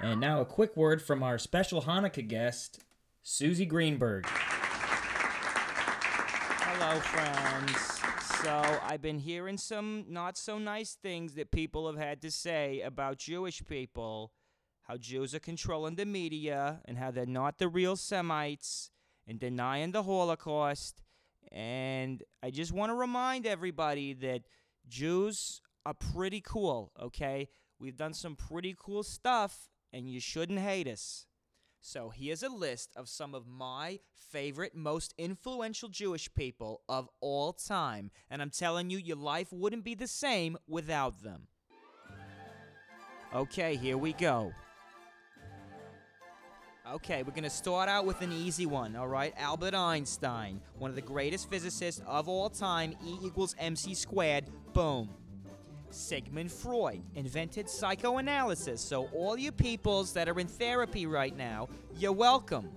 And now a quick word from our special Hanukkah guest, Susie Greenberg. Hello, friends. So, I've been hearing some not so nice things that people have had to say about Jewish people, how Jews are controlling the media, and how they're not the real Semites, and denying the Holocaust. And I just want to remind everybody that Jews are pretty cool, okay? We've done some pretty cool stuff, and you shouldn't hate us. So here's a list of some of my favorite, most influential Jewish people of all time. And I'm telling you, your life wouldn't be the same without them. Okay, here we go. Okay, we're gonna start out with an easy one, all right? Albert Einstein, one of the greatest physicists of all time, E equals MC squared, boom. Sigmund Freud invented psychoanalysis, so all you peoples that are in therapy right now, you're welcome.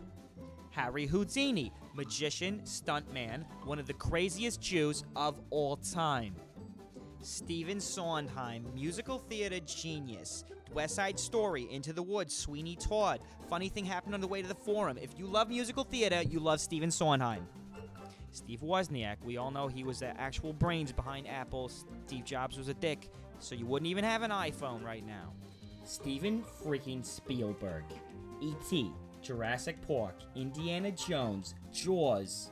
Harry Houdini, magician, stuntman, one of the craziest Jews of all time. Stephen Sondheim, musical theater genius. West Side Story, Into the Woods, Sweeney Todd. Funny thing happened on the way to the forum. If you love musical theater, you love Stephen Sondheim. Steve Wozniak. We all know he was the actual brains behind Apple. Steve Jobs was a dick, so you wouldn't even have an iPhone right now. Steven freaking Spielberg, E.T., Jurassic Park, Indiana Jones, Jaws.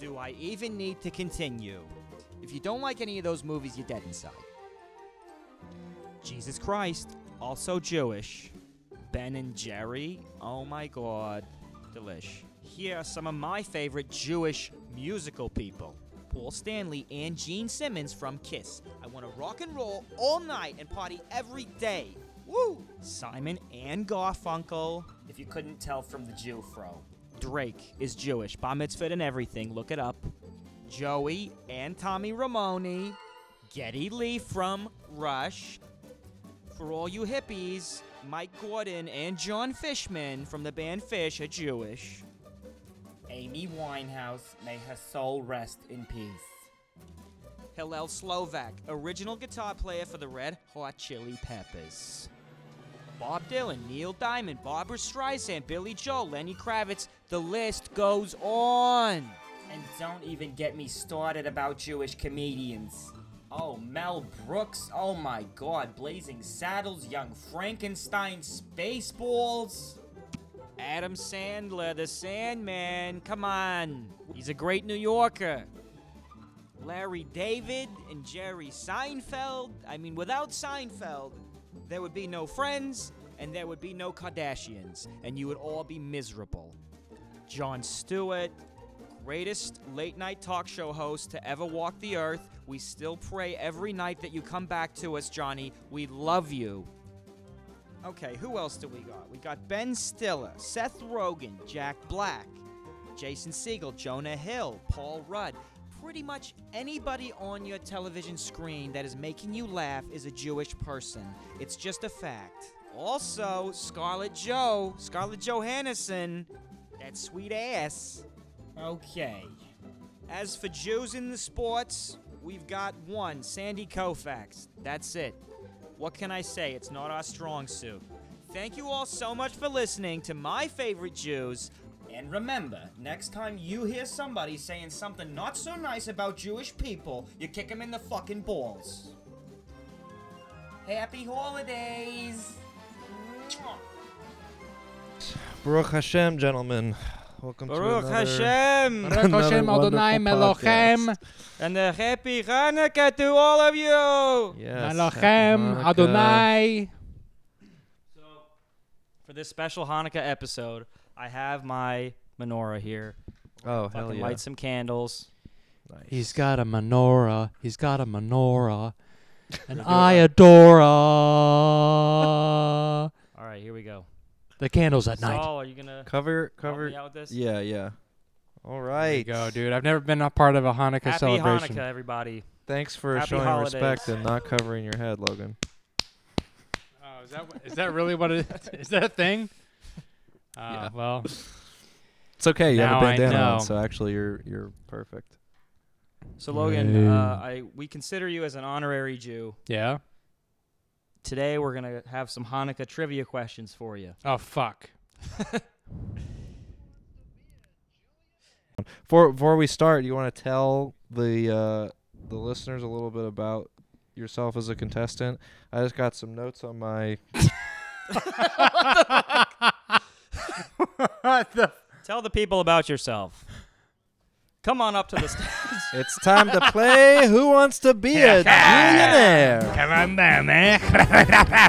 Do I even need to continue? If you don't like any of those movies, you're dead inside. Jesus Christ, also Jewish. Ben and Jerry, oh my god, delish. Here are some of my favorite Jewish musical people. Paul Stanley and Gene Simmons from Kiss. I want to rock and roll all night and party every day. Woo! Simon and Garfunkel. If you couldn't tell from the Jew fro. Drake is Jewish, bar mitzvah and everything. Look it up. Joey and Tommy Ramone, Getty Lee from Rush. For all you hippies, Mike Gordon and John Fishman from the band Fish are Jewish. Amy Winehouse, may her soul rest in peace. Hillel Slovak, original guitar player for the Red Hot Chili Peppers. Bob Dylan, Neil Diamond, Barbara Streisand, Billy Joel, Lenny Kravitz, the list goes on. And don't even get me started about Jewish comedians. Oh, Mel Brooks, oh my god, Blazing Saddles, Young Frankenstein, Spaceballs. Adam Sandler, the Sandman, come on. He's a great New Yorker. Larry David and Jerry Seinfeld. I mean, without Seinfeld, there would be no friends and there would be no Kardashians, and you would all be miserable. John Stewart, greatest late night talk show host to ever walk the earth. We still pray every night that you come back to us, Johnny. We love you. Okay, who else do we got? We got Ben Stiller, Seth Rogen, Jack Black, Jason Segel, Jonah Hill, Paul Rudd. Pretty much anybody on your television screen that is making you laugh is a Jewish person. It's just a fact. Also, Scarlett Jo, Scarlett Johansson, that sweet ass. Okay. As for Jews in the sports, we've got one, Sandy Koufax. That's it. What can I say? It's not our strong suit. Thank you all so much for listening to my favorite Jews. And remember, next time you hear somebody saying something not so nice about Jewish people, you kick them in the fucking balls. Happy holidays! Mwah. Baruch Hashem, gentlemen. Welcome Baruch to another, Hashem! another Baruch Hashem wonderful Adonai Melochem. podcast. And a happy Hanukkah to all of you! Yes. Malachem, Hanukkah. Adonai. So, for this special Hanukkah episode, I have my menorah here. Oh, Fucking hell yeah. light some candles. Nice. He's got a menorah. He's got a menorah. And I adore uh, All right, here we go. the candles at night. Saul, are you gonna cover, help cover. me out with this? Yeah, yeah. All There you right. go, dude. I've never been a part of a Hanukkah Happy celebration. Hanukkah, everybody. Thanks for Happy showing holidays. respect and not covering your head, Logan. Oh, is that is that really what it is? that a thing? Uh, Yeah. Well, It's okay. You have a Now I bandana on, know. so actually you're you're perfect. So Logan, Hey. uh, I we consider you as an honorary Jew. yeah. today we're gonna have some Hanukkah trivia questions for you. Oh fuck. Before before we start, you want to tell the uh, the listeners a little bit about yourself as a contestant. I just got some notes on my. what the? Tell the people about yourself. Come on up to the stage. It's time to play. Who wants to be a millionaire? Come on down, eh?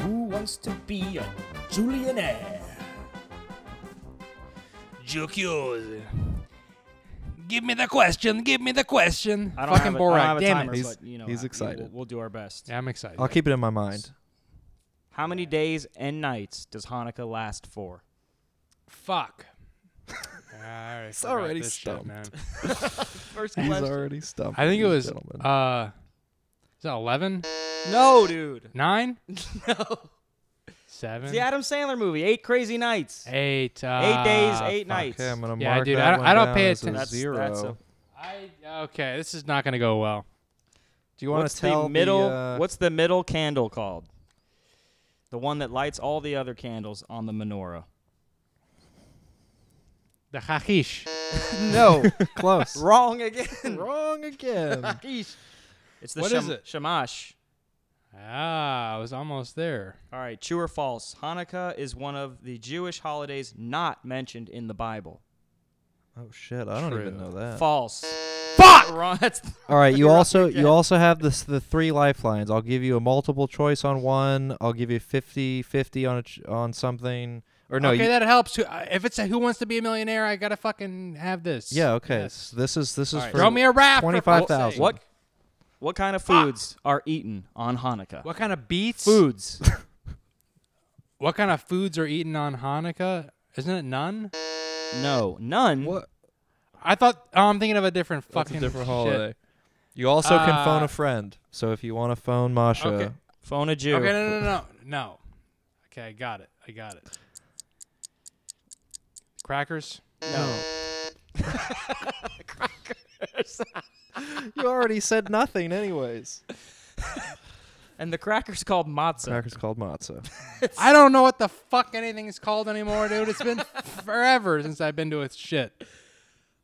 Who wants to be a Julianaire? Jocose. Give me the question. Give me the question. I don't Fucking have a, I Borat. don't have a damn timer, it. He's- but you know, he's I- We'll, excited. we'll do our best. Yeah, I'm excited. I'll keep it in my mind. How many days and nights does Hanukkah last for? Fuck. I already forgot already this shit, stumped. man. First He's question. already stumped. I think it you was. gentlemen. Uh, is that 11? No, dude. 9? No. 7? It's the Adam Sandler movie, Eight Crazy Nights. 8. Uh, Eight days, eight Fuck, nights. hey, I'm gonna Yeah, mark dude, that I- one I don't down pay as a atten- That's- zero. that's a- I, okay, this is not going to go well. Do you want what's to tell the middle? uh, what's the middle candle called? The one that lights all the other candles on the menorah. The Hakish. No, close? wrong again. Wrong again. It's the What sham- is it? shamash. Ah, I was almost there. All right, true or false? Hanukkah is one of the Jewish holidays not mentioned in the Bible. oh shit! I don't even True. know that. False. Fuck! Wrong. That's All right, you You're up also you again. also have this the three lifelines. I'll give you a multiple choice on one. I'll give you 50-50 on a ch- on something. Or no, okay, you, that helps. Who- uh, If it's a Who Wants to Be a Millionaire, I gotta fucking have this. yeah, okay. s- Yes. This is this is All right, for Throw me a rap. for fuck's 25,000. sake. what. What kind of foods are eaten on Hanukkah? What kind of beats? foods? What kind of foods are eaten on Hanukkah? Isn't it none? no, none. What? I thought. Oh, I'm thinking of a different That's fucking a different shit. holiday. You also can phone Uh, a friend. So if you want to phone Masha, Okay. Phone a Jew. Okay, no, no, no, no, no. Okay, I got it. I got it. Crackers. No. you already said nothing anyways. And the cracker's called matzah. Crackers called matzah. I don't know what the fuck anything's called anymore, dude. It's been forever since I've been to a shit.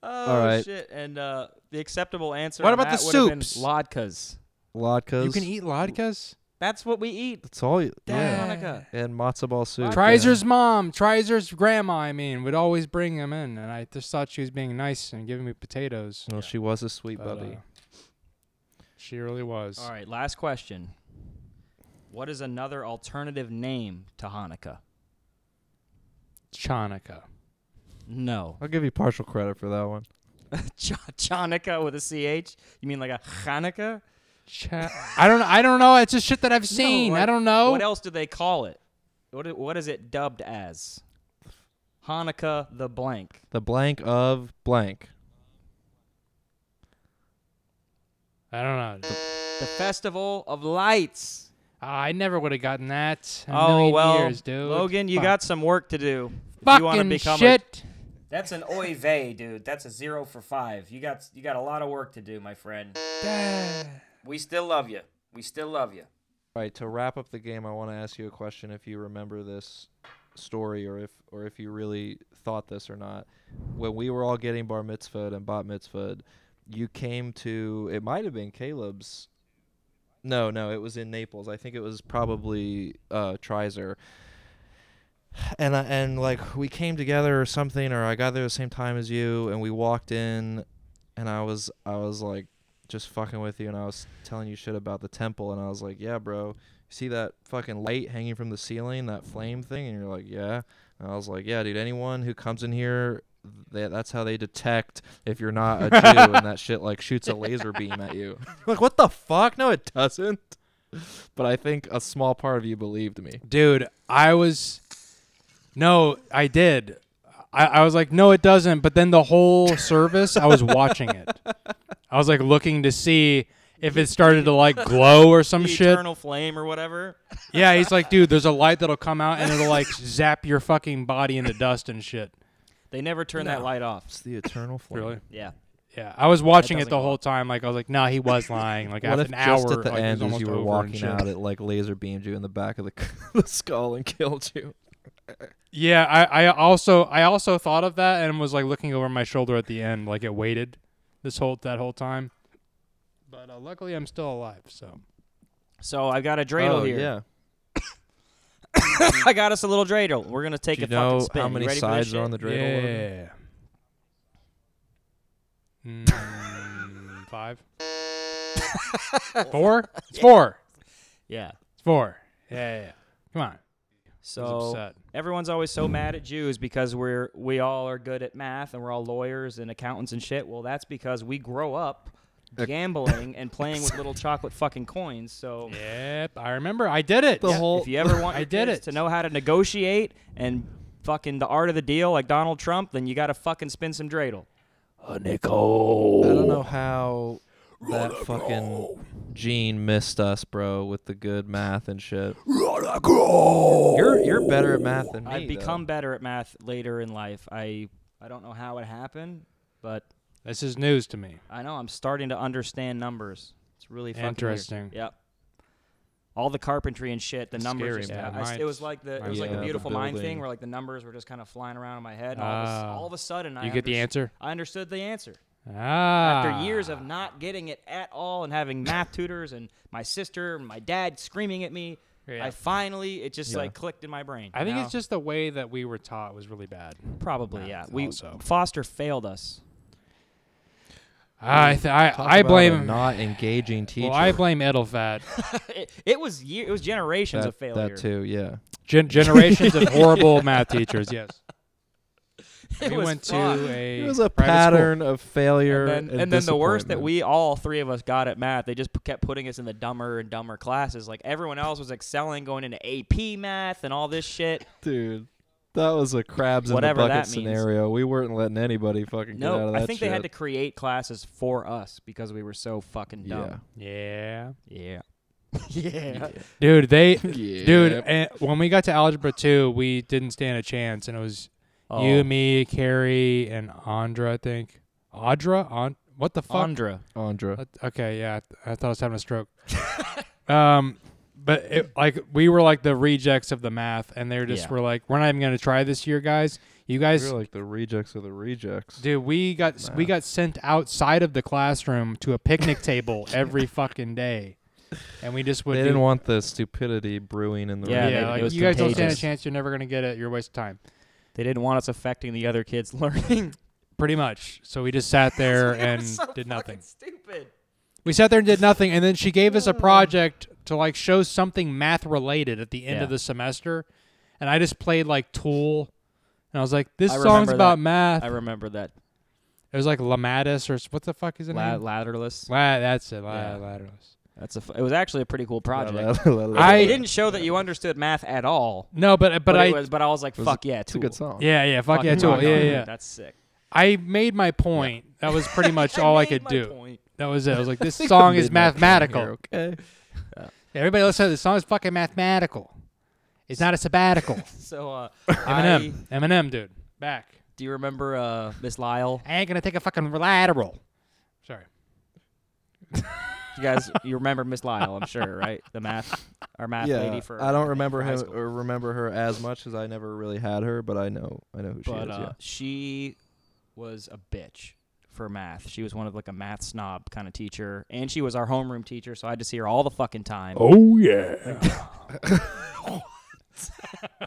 Oh All right. shit! And uh, the acceptable answer. What on about the that would have been soups? Latkes. Latkes. You can eat latkes. That's what we eat. That's all. You, yeah. Damn Hanukkah. And matzah ball soup. yeah. Trizer's mom, Trizer's grandma, I mean, would always bring them in, and I just thought she was being nice and giving me potatoes. Well, she was a sweet But, buddy. uh, she really was. All right, last question. What is another alternative name to Hanukkah? Chanukah. No, I'll give you partial credit for that one. Ch- Chanukah with a ch. You mean like a Hanukkah? Cha- I don't. I don't know. It's just shit that I've seen. I what- don't know. What else do they call it? What i- what is it dubbed as? Hanukkah the blank. The blank of blank. I don't know. The festival of lights. Ah, I never would have gotten that. in A Oh million well, years, dude. Logan, you Fuck. got some work to do. if you fucking want to become a shit. That's an oy vey, dude. That's a zero for five. You got you got a lot of work to do, my friend. We still love you. We still love you. All right, to wrap up the game, I want to ask you a question if you remember this story or if or if you really thought this or not. When we were all getting bar mitzvahed and bat mitzvahed, you came to it might have been Caleb's No, no, it was in Naples. I think it was probably uh Trizer. And I, and like we came together or something or I got there the same time as you and we walked in and I was I was like just fucking with you and I was telling you shit about the temple and I was like, "Yeah, bro. See that fucking light hanging from the ceiling, that flame thing?" And you're like, "Yeah." And I was like, "Yeah, dude, anyone who comes in here, they, that's how they detect if you're not a Jew and that shit like shoots a laser beam at you." like, "What the fuck? No, it doesn't." But I think a small part of you believed me. dude. I was. No, I did. I, I was like, no, it doesn't. But then the whole service, I was watching it. I was like looking to see if it started to like glow or some the shit. eternal flame or whatever. Yeah, he's like, dude, there's a light that'll come out and it'll like zap your fucking body into dust and shit. They never turn that light off. It's the eternal flame. Really? Yeah. Yeah, I was watching it doesn't the go whole time. Like I was like, nah, he was lying. Like what after if an just hour, at the like, it was end, as almost you were over and walking shit. out, it like laser beamed you in the back of the, the skull and killed you? Yeah, I, I also I also thought of that and was like looking over my shoulder at the end, like it waited this whole that whole time. But uh, luckily, I'm still alive. So So I got a dreidel oh here. yeah. I got us a little dreidel. We're gonna take Do you a know fucking spin. how You many ready for this sides are shit? on the dreidel? Logan? yeah. Mm, five, four. It's four. Yeah. It's four. Yeah, yeah, yeah. Come on. I was So upset. everyone's always so mad at Jews because we're we all are good at math and we're all lawyers and accountants and shit. Well, that's because we grow up gambling and playing with little chocolate fucking coins. So Yep, I remember. I did it. The whole if you ever want I your did kids it. to know how to negotiate and fucking the art of the deal like Donald Trump, then you got to fucking spin some dreidel. I don't know how that fucking gene missed us, bro, with the good math and shit. You're you're better at math than me. I've though. become better at math later in life. I I don't know how it happened, but This is news to me. I know I'm starting to understand numbers. It's really fucking weird. Interesting. Yep. All the carpentry and shit, the numbers. scary, Just, man. I s- it Mine's- was like the it was like Yeah, the the beautiful mind thing building. where like the numbers were just kind of flying around in my head. And all, of a, s- Ah. all of a sudden, I You get the underst- answer? I understood the answer Ah. after years of not getting it at all and having math tutors and my sister and my dad screaming at me. Yeah. I finally it just Yeah. like clicked in my brain. I think Now- it's just the way that we were taught was really bad. probably yeah. We also. Foster failed us. I th- I, Talk I about blame a not engaging teacher. Well, I blame Edelfat. it, it was year, it was generations that, of failure. that too. Yeah. Gen- generations of horrible math teachers. Yes. It we was went fun. to a. It was a private school. pattern of failure and then, and, and then the worst that disappointment. we all three of us got at math, they just p- kept putting us in the dumber and dumber classes. Like everyone else was excelling, going into AP math and all this shit. dude. That was a crabs in the Whatever bucket that means. scenario. We weren't letting anybody fucking get out No, of that I think they had to shit. create classes for us because we were so fucking Yeah. dumb. Yeah. Yeah. yeah. Dude, they. Yeah. Dude, and when we got to algebra two, we didn't stand a chance, and it was Oh, Oh. you, me, Carrie, and Andra. I think Audra. On what the fuck? Andra. Andra. Uh, Okay, yeah, I, th- I thought I was having a stroke. um, but it, like we were like the rejects of the math, and they were just Yeah. were like, we're not even gonna try this year, guys. You guys, You're like the rejects of the rejects. dude, we got s we Math. got sent outside of the classroom to a picnic table every fucking day, and we just would. they do- didn't want the stupidity brewing in the Yeah, yeah, room. they- it like was you guys don't stand a contagious. chance. You're never gonna get it. You're a waste of time. They didn't want us affecting the other kids' learning. Pretty much. So we just sat there and did nothing. Stupid. We sat there and did nothing, and then she gave Mm. us a project to like show something math related at the end Yeah. of the semester, and I just played like Tool, and I was like, "This I song's remember that. about math." I remember that it was like Lamatis or s- what the fuck is it? La- name? ladderless. La- that's it. La- Yeah. Lateralus. That's a. F- it was actually a pretty cool project. I- it didn't show that you understood math at all. No, but but, But, I it was, but I was like, was a- fuck yeah, It's a Tool. good song. yeah yeah fuck yeah Fucking Tool rock yeah on. yeah. That's sick. I made my point. That was pretty much all I could do. That was it. I was like, "This I think song we is made my point mathematical." here, okay. Everybody listen to this song is fucking mathematical. It's not a sabbatical. So, uh, I, Eminem, Eminem, dude, back. do you remember uh, Miss Lyle? I ain't gonna take a fucking lateral. Sorry. You guys, you remember Miss Lyle? I'm sure, right? The math, our math lady Yeah, for. I don't remember high him school. or remember her as much as I never really had her, but I know I know who she But is. uh, she was a bitch for math. She was one of like a math snob kind of teacher, and she was our homeroom teacher, so I had to see her all the fucking time. Oh yeah.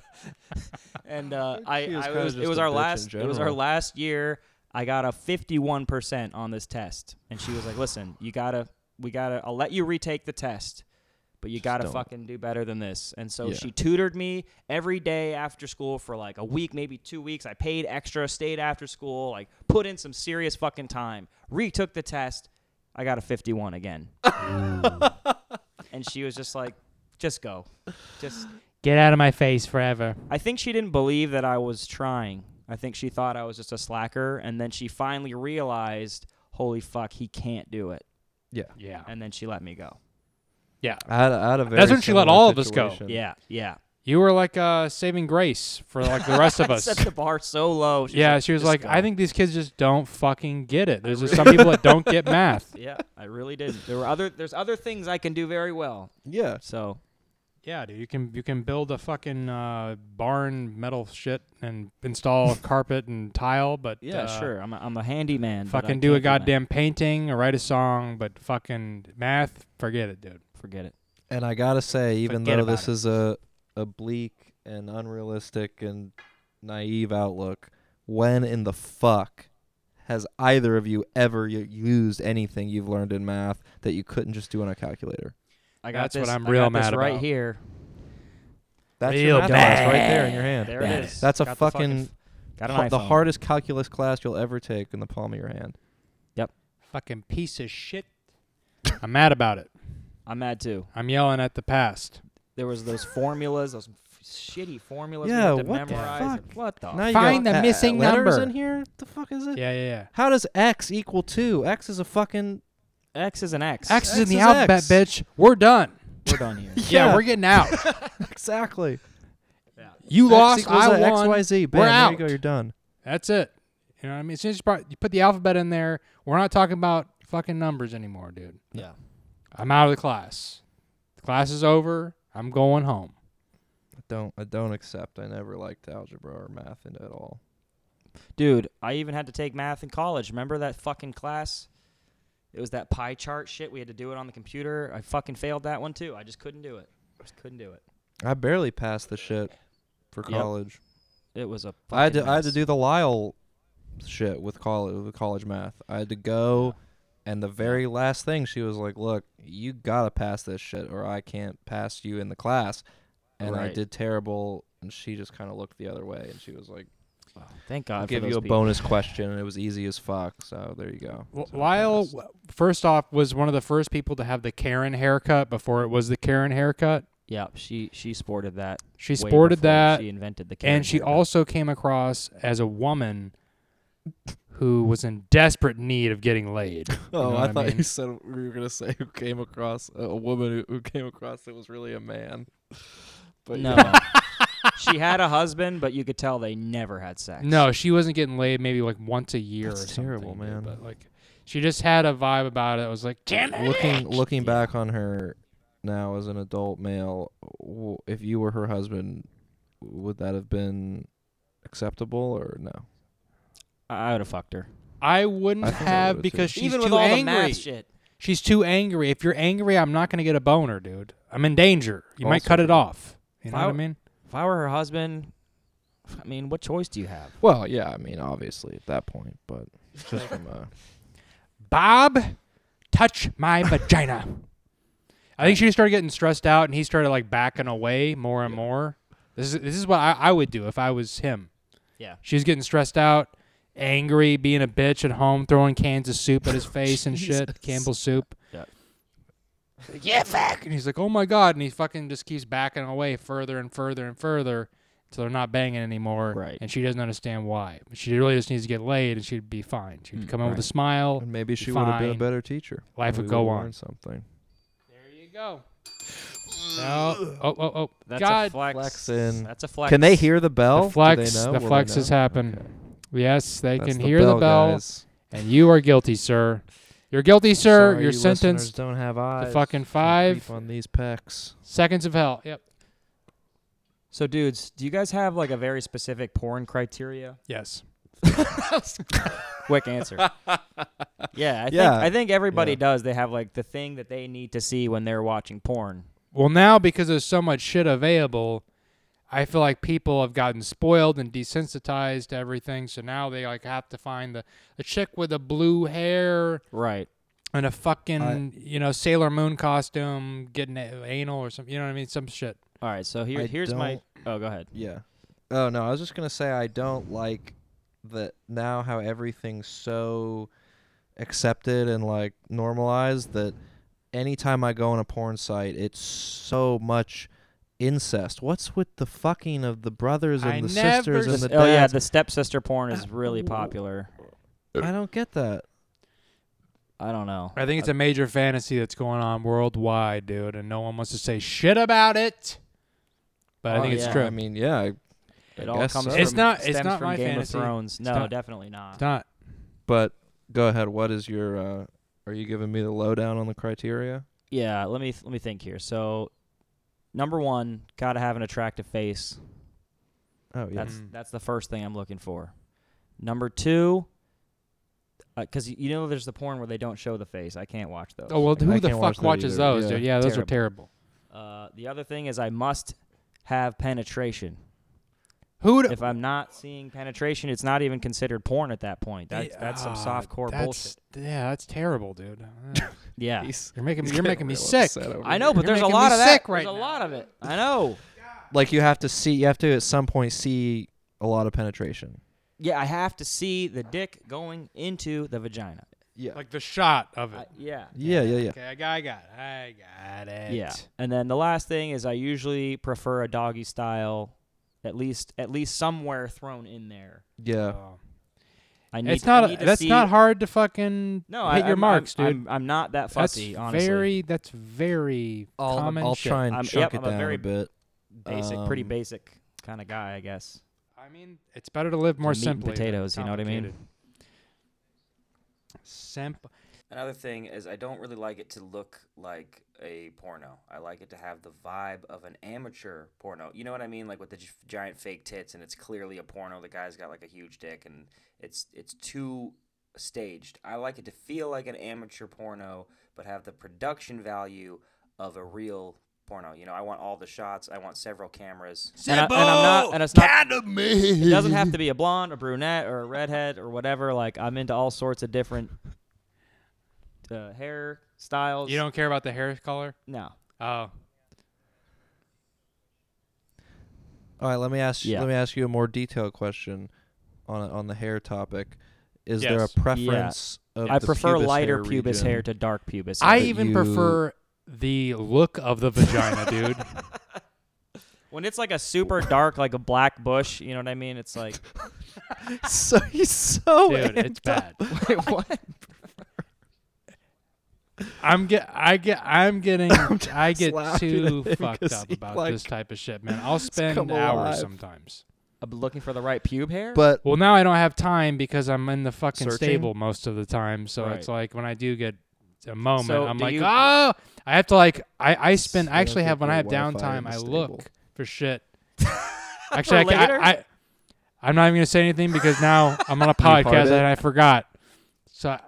and uh, I, She was I kinda was, it just was a our bitch in last it was our general. last year. I got a 51% on this test, and she was like, "Listen, you gotta, we gotta. I'll let you retake the test, but you gotta don't. fucking do better than this." And so Yeah. she tutored me every day after school for like a week, maybe two weeks. I paid extra, stayed after school, like put in some serious fucking time, retook the test. I got a 51 again, and she was just like, "Just go, just." Get out of my face forever. I think she didn't believe that I was trying. I think she thought I was just a slacker, and then she finally realized, holy fuck, he can't do it, Yeah. and then she let me go. Yeah. I had, a- I had a very That's when she let similar all of us go. situation. Yeah, yeah. You were like uh, saving grace for like the rest of us. Set the bar so low. She's yeah, she was "This like, guy." I think these kids just don't fucking get it. There's just some people that don't get math. Yeah, I really did. There were other. There's other things I can do very well. Yeah. So Yeah, dude, you can you can build a fucking uh, barn metal shit and install carpet and tile, but yeah, uh, sure. I'm a, I'm a handyman. but I Fucking do can't a math. goddamn painting or write a song, but fucking math, forget it, dude. Forget it. And I gotta say, even Forget though about this it. is a a bleak and unrealistic and naive outlook, when in the fuck has either of you ever y- used anything you've learned in math that you couldn't just do on a calculator? I got That's what this- I'm I real got this mad right about. here. That's Real your math class right there in your hand. There Bad. it is. That's a Got the fucking got Hu- an the iPhone. hardest calculus class you'll ever take in the palm of your hand. Fucking piece of shit. I'm mad about it. I'm mad too. I'm yelling at the past. There was those formulas, those f- shitty formulas. we Yeah, had to what the memorize and- fuck? What the? Now you Find got, the uh, missing letters number. in here. the fuck is it? Yeah, yeah, yeah. How does x equal two? X is a fucking. X is an X. X is in X the is alphabet, X. bitch. We're done. We're done here. Yeah, Yeah. we're getting out. Exactly. You X lost. equals I a won. XYZ. Bam, We're there out. you go. You're done. That's it. You know what I mean? As soon as you brought- you put the alphabet in there, we're not talking about fucking numbers anymore, dude. Yeah. I'm out of the class. The class is over. I'm going home. I don't. I don't accept. I never liked algebra or math in- at all. Dude, I even had to take math in college. Remember that fucking class? It was that pie chart shit. We had to do it on the computer. I fucking failed that one too. I just couldn't do it. I just couldn't do it. I barely passed the shit for Yep. college. It was a. I had to. fucking I had to mess. do the Lyle shit with college. With college math. I had to go. And the very last thing she was like, "Look, you gotta pass this shit, or I can't pass you in the class." And I Right. did terrible. And she just kind of looked the other way, and she was like, Thank God. "I'll for give you those a people. bonus question, and it was easy as fuck." So there you go. Well, So I Lyle, passed. w- first off, was one of the first people to have the Karen haircut before it was the Karen haircut. Yeah, she she sported that. She way sported before that, She invented the. Karen and she haircut. also came across as a woman who was in desperate need of getting laid. Oh, know I what I thought mean? you said we were gonna say who came across a a woman who, who came across that was really a man. But No. she had a husband, but you could tell they never had sex. No, she wasn't getting laid maybe like once a year That's or something. terrible, dude, man. But like she just had a vibe about it. I was like, damn it. looking looking back on her now as an adult male, w- if you were her husband, would that have been acceptable or no? I would have fucked her. I wouldn't I think I have would've because she's Even too with all angry. the math shit. She's too angry. If you're angry, I'm not going to get a boner, dude. I'm in danger. You might Also cut it true. off. You If know I what I w- mean? If I were her husband, I mean, what choice do you have? Well, yeah, I mean, obviously at that point, but just from a Bob, touch my vagina. I think she started getting stressed out, and he started like backing away more and more. This is this is what I, I would do if I was him. Yeah. She was getting stressed out, angry, being a bitch at home, throwing cans of soup at his face and shit, Campbell's soup. Yeah. Yeah, fuck. And he's like, oh my God. And he fucking just keeps backing away further and further and further until they're not banging anymore. Right. And she doesn't understand why. She really just needs to get laid and she'd be fine. She'd Mm, come in with a right. smile. and maybe she would have been a Fine. better teacher. Life and would we go would've on. learned something. There you go. No. Oh, oh, oh. That's God. a flex. Flex in. That's a flex. Can they hear the bell? Do the they flex, know? the Will they flex has know? happened. Okay. Yes, they That's can hear the bell, guys. and you are guilty, sir. You're guilty, sir. Sorry, You're you listeners sentenced Don't have eyes. fucking Can't five. creep on these pecs. seconds of hell. Yep. So, dudes, do you guys have like a very specific porn criteria? Yes. Quick answer. yeah, I think Yeah. I think everybody Yeah. does. They have like the thing that they need to see when they're watching porn. Well, now because there's so much shit available, I feel like people have gotten spoiled and desensitized to everything. So now they like have to find the, the chick with the blue hair Right. and a fucking I- you know Sailor Moon costume, getting a- anal or something. You know what I mean? Some shit. All right. So here, I here's my. Oh, go ahead. Yeah. Oh no, I was just gonna say I don't like that now how everything's so accepted and like normalized that anytime I go on a porn site it's so much incest. What's with the fucking of the brothers and I the never sisters and s- the oh yeah, dads? the stepsister porn is really popular. I don't get that. I don't know. I think it's a major fantasy that's going on worldwide, dude, and no one wants to say shit about it. but I Oh, think it's yeah. true. I mean, yeah, I- It I all guess comes. so. From, It's not- it's Stems not from my Game fantasy. of Thrones. No, not- definitely not. it's not. but go ahead. What is your? Uh, are you giving me the lowdown on the criteria? Yeah. Let me th- let me think here. So, number one, gotta have an attractive face. Oh yeah, That's Mm. that's the first thing I'm looking for. Number two, because you know there's the porn where they don't show the face. I can't watch those. Oh well, I who the can't watch fuck that watches either. those, Yeah. dude? Yeah, those are Terrible. terrible. Uh, the other thing is I must have penetration. Who? d- If I'm not seeing penetration, it's not even considered porn at that point. That's that's some Ah, soft core that's- bullshit. Yeah, that's terrible, dude. Ugh. Yeah. you're making He's you're getting making me real sick. upset over I here. know, but You're there's a making lot me of that. sick right there's a now. lot of it. I know. Like you have to see. You have to at some point see a lot of penetration. Yeah, I have to see the dick going into the vagina. Yeah. Like the shot of it. I- yeah. yeah, yeah, yeah. Okay, I got, I got, it. I got it. Yeah. And then the last thing is I usually prefer a doggy style, at least at least somewhere thrown in there. Yeah. Oh. I need. It's I not. need to That's see- not hard to fucking No, I, hit your I'm- marks, I'm, dude. I'm, I'm not that that's fussy. honestly, very. That's very I'll, common I'll shit. try and I'm- yep, chunk it I'm a down a, very- bit. basic, pretty Um, basic kind of guy, I guess. I mean, it's better to live more meat and simply. than potatoes, you know what I mean? complicated. Simple. Another thing is I don't really like it to look like a porno. I like it to have the vibe of an amateur porno. You know what I mean? Like with the gi- giant fake tits and it's clearly a porno. The guy's got like a huge dick and it's it's too staged. I like it to feel like an amateur porno but have the production value of a real porno. You know, I want all the shots. I want several cameras. And, I, and I'm not. And it's not. It doesn't have to be a blonde, a brunette, or a redhead, or whatever. Like I'm into all sorts of different uh, hair styles. You don't care about the hair color? No. Oh, All right, let me ask. Yeah. Let me ask you a more detailed question on on the hair topic. Is there a Yes. preference? Of I the prefer pubis lighter hair pubis region? hair to dark pubis. hair. I that even you- prefer the look of the vagina, dude. When it's like a super dark, like a black bush, you know what I mean? It's like, so he's so. Dude, it's bad. Wait, what? I'm get I get I'm getting I get laughing too at him fucked 'cause up he, about like, this type of shit, man. I'll spend come alive. hours sometimes. I'm looking for the right pube hair. But Well, now I don't have time because I'm in the fucking Searching? stable most of the time. So it's like when I do get a moment, So I'm do like, you- oh, I have to like I I spend. I I actually don't have think when I your have Wi-Fi in downtime, the I stable. look for shit. actually, I, ca- later? I, I I'm not even gonna say anything because now I'm on a part podcast it? and I forgot. So I-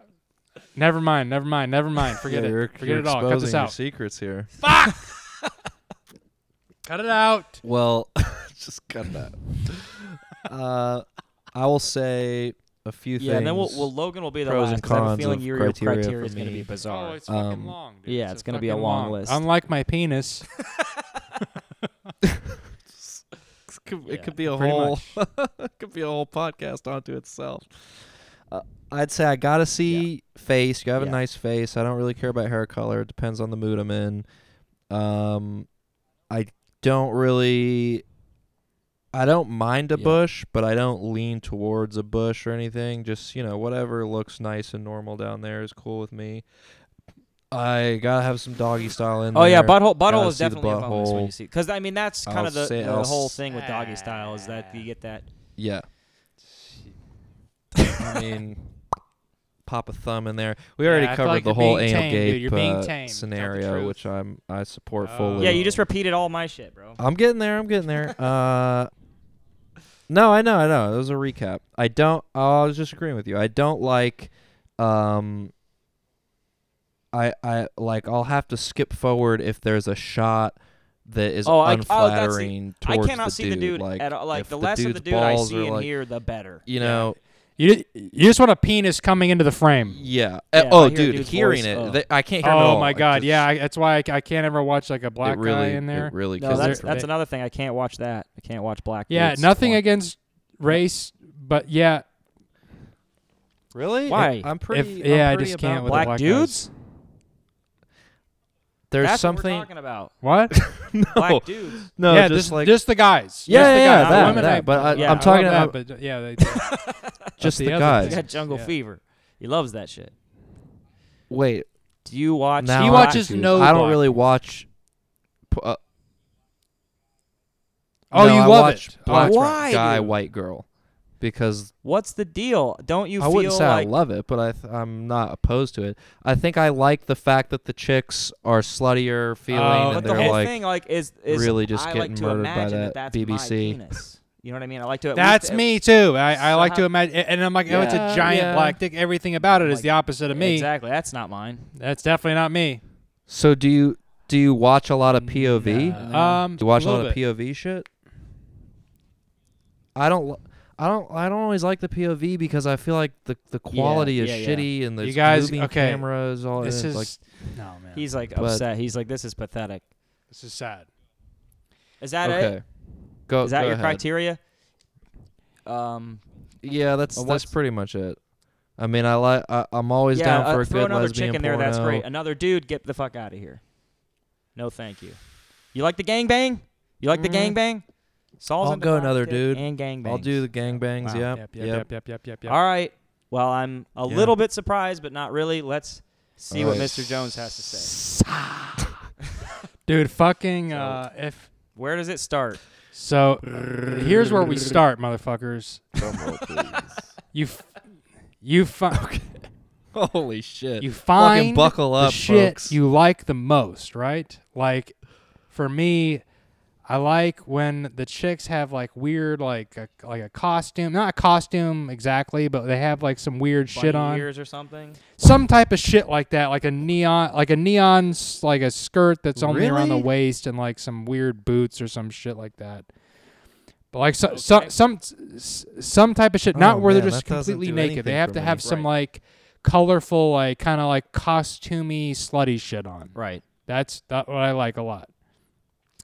never mind, never mind, never mind. Forget Yeah, it, you're- forget you're it all. Cut exposing this your out. secrets here. Cut it out. Well, just cut that. uh, I will say a few things. yeah, and then we'll, well, Logan will be the Pros last. and 'cause I have a cons feeling of your criteria criteria, for is going to me. be bizarre. Oh, it's fucking Um, long. dude. yeah, It's it's gonna be a fucking long long. list. Unlike my penis, could, Yeah, it could be a pretty whole it could be a whole podcast onto itself. Uh, I'd say I gotta see face. You have a Yeah. nice face. I don't really care about hair color. It depends on the mood I'm in. Um, I don't really. I don't mind a Yeah. bush, but I don't lean towards a bush or anything. Just you know, whatever looks nice and normal down there is cool with me. I gotta have some doggy style in oh there. yeah, butthole butthole Gotta is see the definitely a bonus when butthole. you see because I mean that's I'll kind of the, say- the I'll whole s- thing with doggy style is that you get that. Yeah. I mean, pop a thumb in there. We Yeah, already I feel covered like the you're whole being anal tame, dude. gape You're being uh, tame. Tell the scenario, truth. which I'm I support Oh. fully. Yeah, you just repeated all my shit, bro. I'm getting there. I'm getting there. Uh, no, I know, I know. It was a recap. I don't. oh, I was just agreeing with you. I don't like. Um, I I like. I'll have to skip forward if there's a shot that is Oh, I- oh, that's the- unflattering I towards cannot see the dude Like, at all. Like if the less of dude's the dude I balls are, see in like, here, the better. You know, you you just want a penis coming into the frame. Yeah. Yeah, Uh, if I oh, hear a dude, dude's hearing voice, it, oh. they- I can't hear. it at Oh all. my I god, just- yeah, I, that's why I, I can't ever watch like a black it really, guy in there. It really No, kills that's it. that's another thing. I can't watch that. I can't watch black. yeah, dudes nothing porn. against race, but yeah, really. Why? I'm pretty. I'm yeah, I pretty just about can't with the black. black, black guys. dudes. There's That's something. what Oh. we're talking about. what? Black dudes. no, yeah, just just like just the guys. yeah, just the yeah, guys. that, the women, that, I, but I, yeah, I'm I talking love about that, but yeah, they, just the the, other He guys. thing. got jungle Yeah. fever. He loves that shit. Wait, Do you watch? now he I'm watches confused. no I don't black. really watch. p- Uh, Oh, No, you I love watched it. Black Oh, Why, guy, dude? white girl, because What's the deal? Don't you I feel wouldn't say like I love it, but I th- I'm not opposed to it. I think I like the fact that the chicks are sluttier feeling, Oh, but and the they're whole like, thing like is, is really just I like getting to murdered by imagine that that's BBC. My penis. You know what I mean? I like to. At Oh, That's least, me too. I, I like Stop. to imagine, and I'm like, oh, it's Yeah, a giant yeah. black dick. Everything about it is Like, the opposite of me. Exactly. That's not mine. That's definitely not me. so do you do you watch a lot of POV? Um, Do you watch a little lot of bit. POV shit? I don't. li- I don't. I don't always like the POV because I feel like the the quality yeah, is yeah. shitty and the guys- moving okay. cameras. All This it's is like no man. He's like But- upset. He's like, this is pathetic. this is sad. Is that it? okay. Go. Is that Oh, go your ahead. criteria? Um, Yeah, that's Or that's what's- pretty much it. I mean, I like. I, I'm always yeah, down uh, for a throw good another lesbian chick in there. That's porno. great. Another dude, get the fuck out of here. No, thank you. You like the gangbang? You like the Mhm. gangbang? Saul's I'll into go black another dick dude. And gangbangs. I'll do the gangbangs. Wow. Yep. Yep. Yep. Yep. Yep. Yep. Yep. yep. All right. Well, I'm a Yeah. little bit surprised, but not really. Let's see All what right. Mr. Jones has to say. Dude, fucking. So- Uh, if Where does it start? so, here's where we start, motherfuckers. You, f- you, fi- Holy shit. you fucking find buckle the up, shit folks. you like the most, right? Like, for me, I like when the chicks have like weird, like a, like a costume, not a costume exactly, but they have like some weird shit Bunny on. ears or something? some type of shit like that, like a neon, like a neon, s- like a skirt that's only around the Really? waist, and like some weird boots or some shit like that. But like so, so, Okay. some s- some type of shit, not Oh, where man, they're just that doesn't completely do naked. They anything have for to me. have some like colorful, like kind of like costumey, slutty shit on. Right. That's that what I like a lot.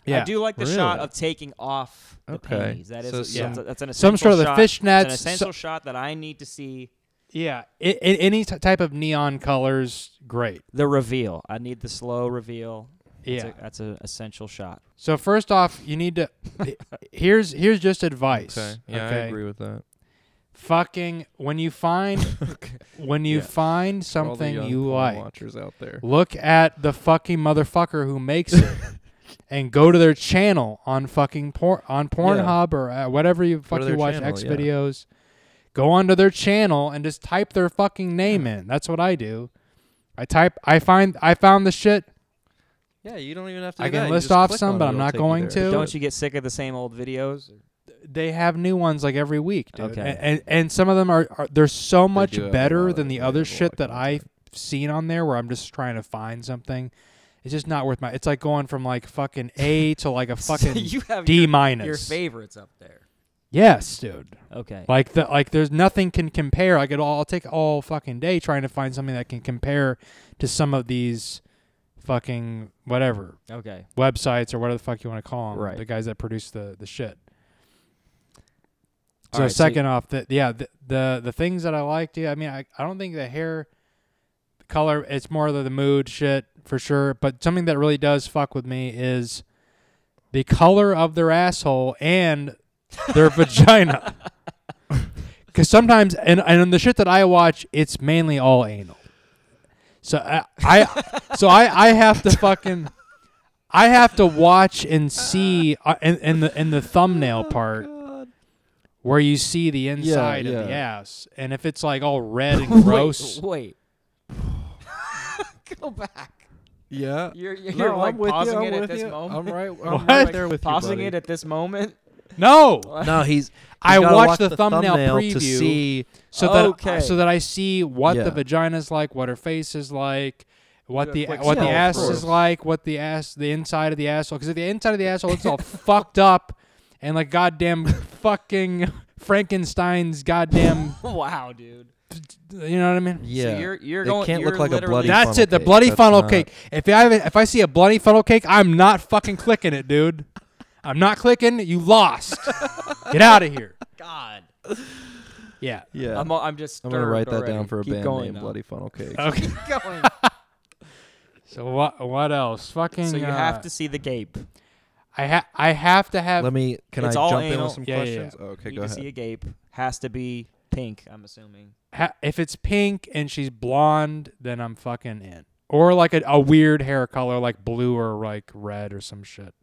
Yeah, I do like the shot Really? of taking off the Okay. panties. That is So yeah, some- that's an some essential sort of the shot. fishnets, It's so- an essential shot that I need to see yeah. I- I- any t- type of neon colors, great. the reveal. I need the slow reveal. Yeah. That's a- that's an essential shot. so first off, you need to. here's here's just advice. Okay. Yeah, I okay? agree with that. fucking when you find okay. when you Yeah. find For all the something young you porn like Watchers out there. look at the fucking motherfucker who makes it and go to their channel on fucking por- on Pornhub or uh, whatever you fuck to you their watch channel, X yeah. videos go onto their channel and just type their fucking name in that's what I do I type I find I found the shit Yeah, you don't even have to. I do can that. You list just off click some, on but it, I'm it'll not take going there. to. Don't you get sick of the same old videos? they have new ones like every week, dude. Okay. And, and and some of them are, are they're so much do have a lot better of than the available other shit that I've content. seen on there where I'm just trying to find something. It's just not worth my it's like going from like fucking A to like a fucking you have D your, minus. your favorites up there. yes, dude. Okay. Like the like there's nothing can compare. Like it all I'll take all fucking day trying to find something that can compare to some of these fucking whatever Okay. websites or whatever the fuck you want to call them, Right. the guys that produce the the shit. All So right, so second off, the, yeah, the, the the things that I liked, yeah, I mean, I, I don't think the hair color, it's more the, the mood shit for sure. But something that really does fuck with me is the color of their asshole and their vagina. Because sometimes, and and on the shit that I watch, it's mainly all anal. So I, I so I I have to fucking. I have to watch and see uh, in, in the in the thumbnail part where you see the inside of the yeah. ass, and if it's like all red and gross, Wait. Go back. Yeah. You're you're, you're like pausing it at this moment. I'm right. I'm What? right there with pausing you, it buddy. at this moment. no. No, he's. I he's gotta watched watch the thumbnail to preview. see. So that uh, Okay. so that I see what Yeah. the vagina's like, what her face is like, Do what a the quick what the scroll ass through. is like, what the ass the inside of the asshole. Because the inside of the asshole looks all fucked up and like goddamn fucking Frankenstein's goddamn. wow, dude. You know what I mean? Yeah. So you're you're It going. can't you're look like a literally- bloody That's funnel it. The cake. bloody That's funnel not- cake. If I have it- if I see a bloody funnel cake, I'm not fucking clicking it, dude. I'm not clicking. You lost. Get out of here. God. Yeah. yeah. I'm, I'm, all- I'm just. gonna disturbed write that down already. for a Keep band going name, though. Bloody Funnel Cake. Okay. Keep going. So what? What else? Fucking. so you uh, have to see the gape. I ha- I have to have. Let me. Can It's I all jump in anal. with some Yeah, yeah, yeah. questions? Okay, Need go to see a ahead. gape. Has to be pink. I'm assuming. ha- if it's pink and she's blonde, then I'm fucking in. Or like a, a weird hair color, like blue or like red or some shit.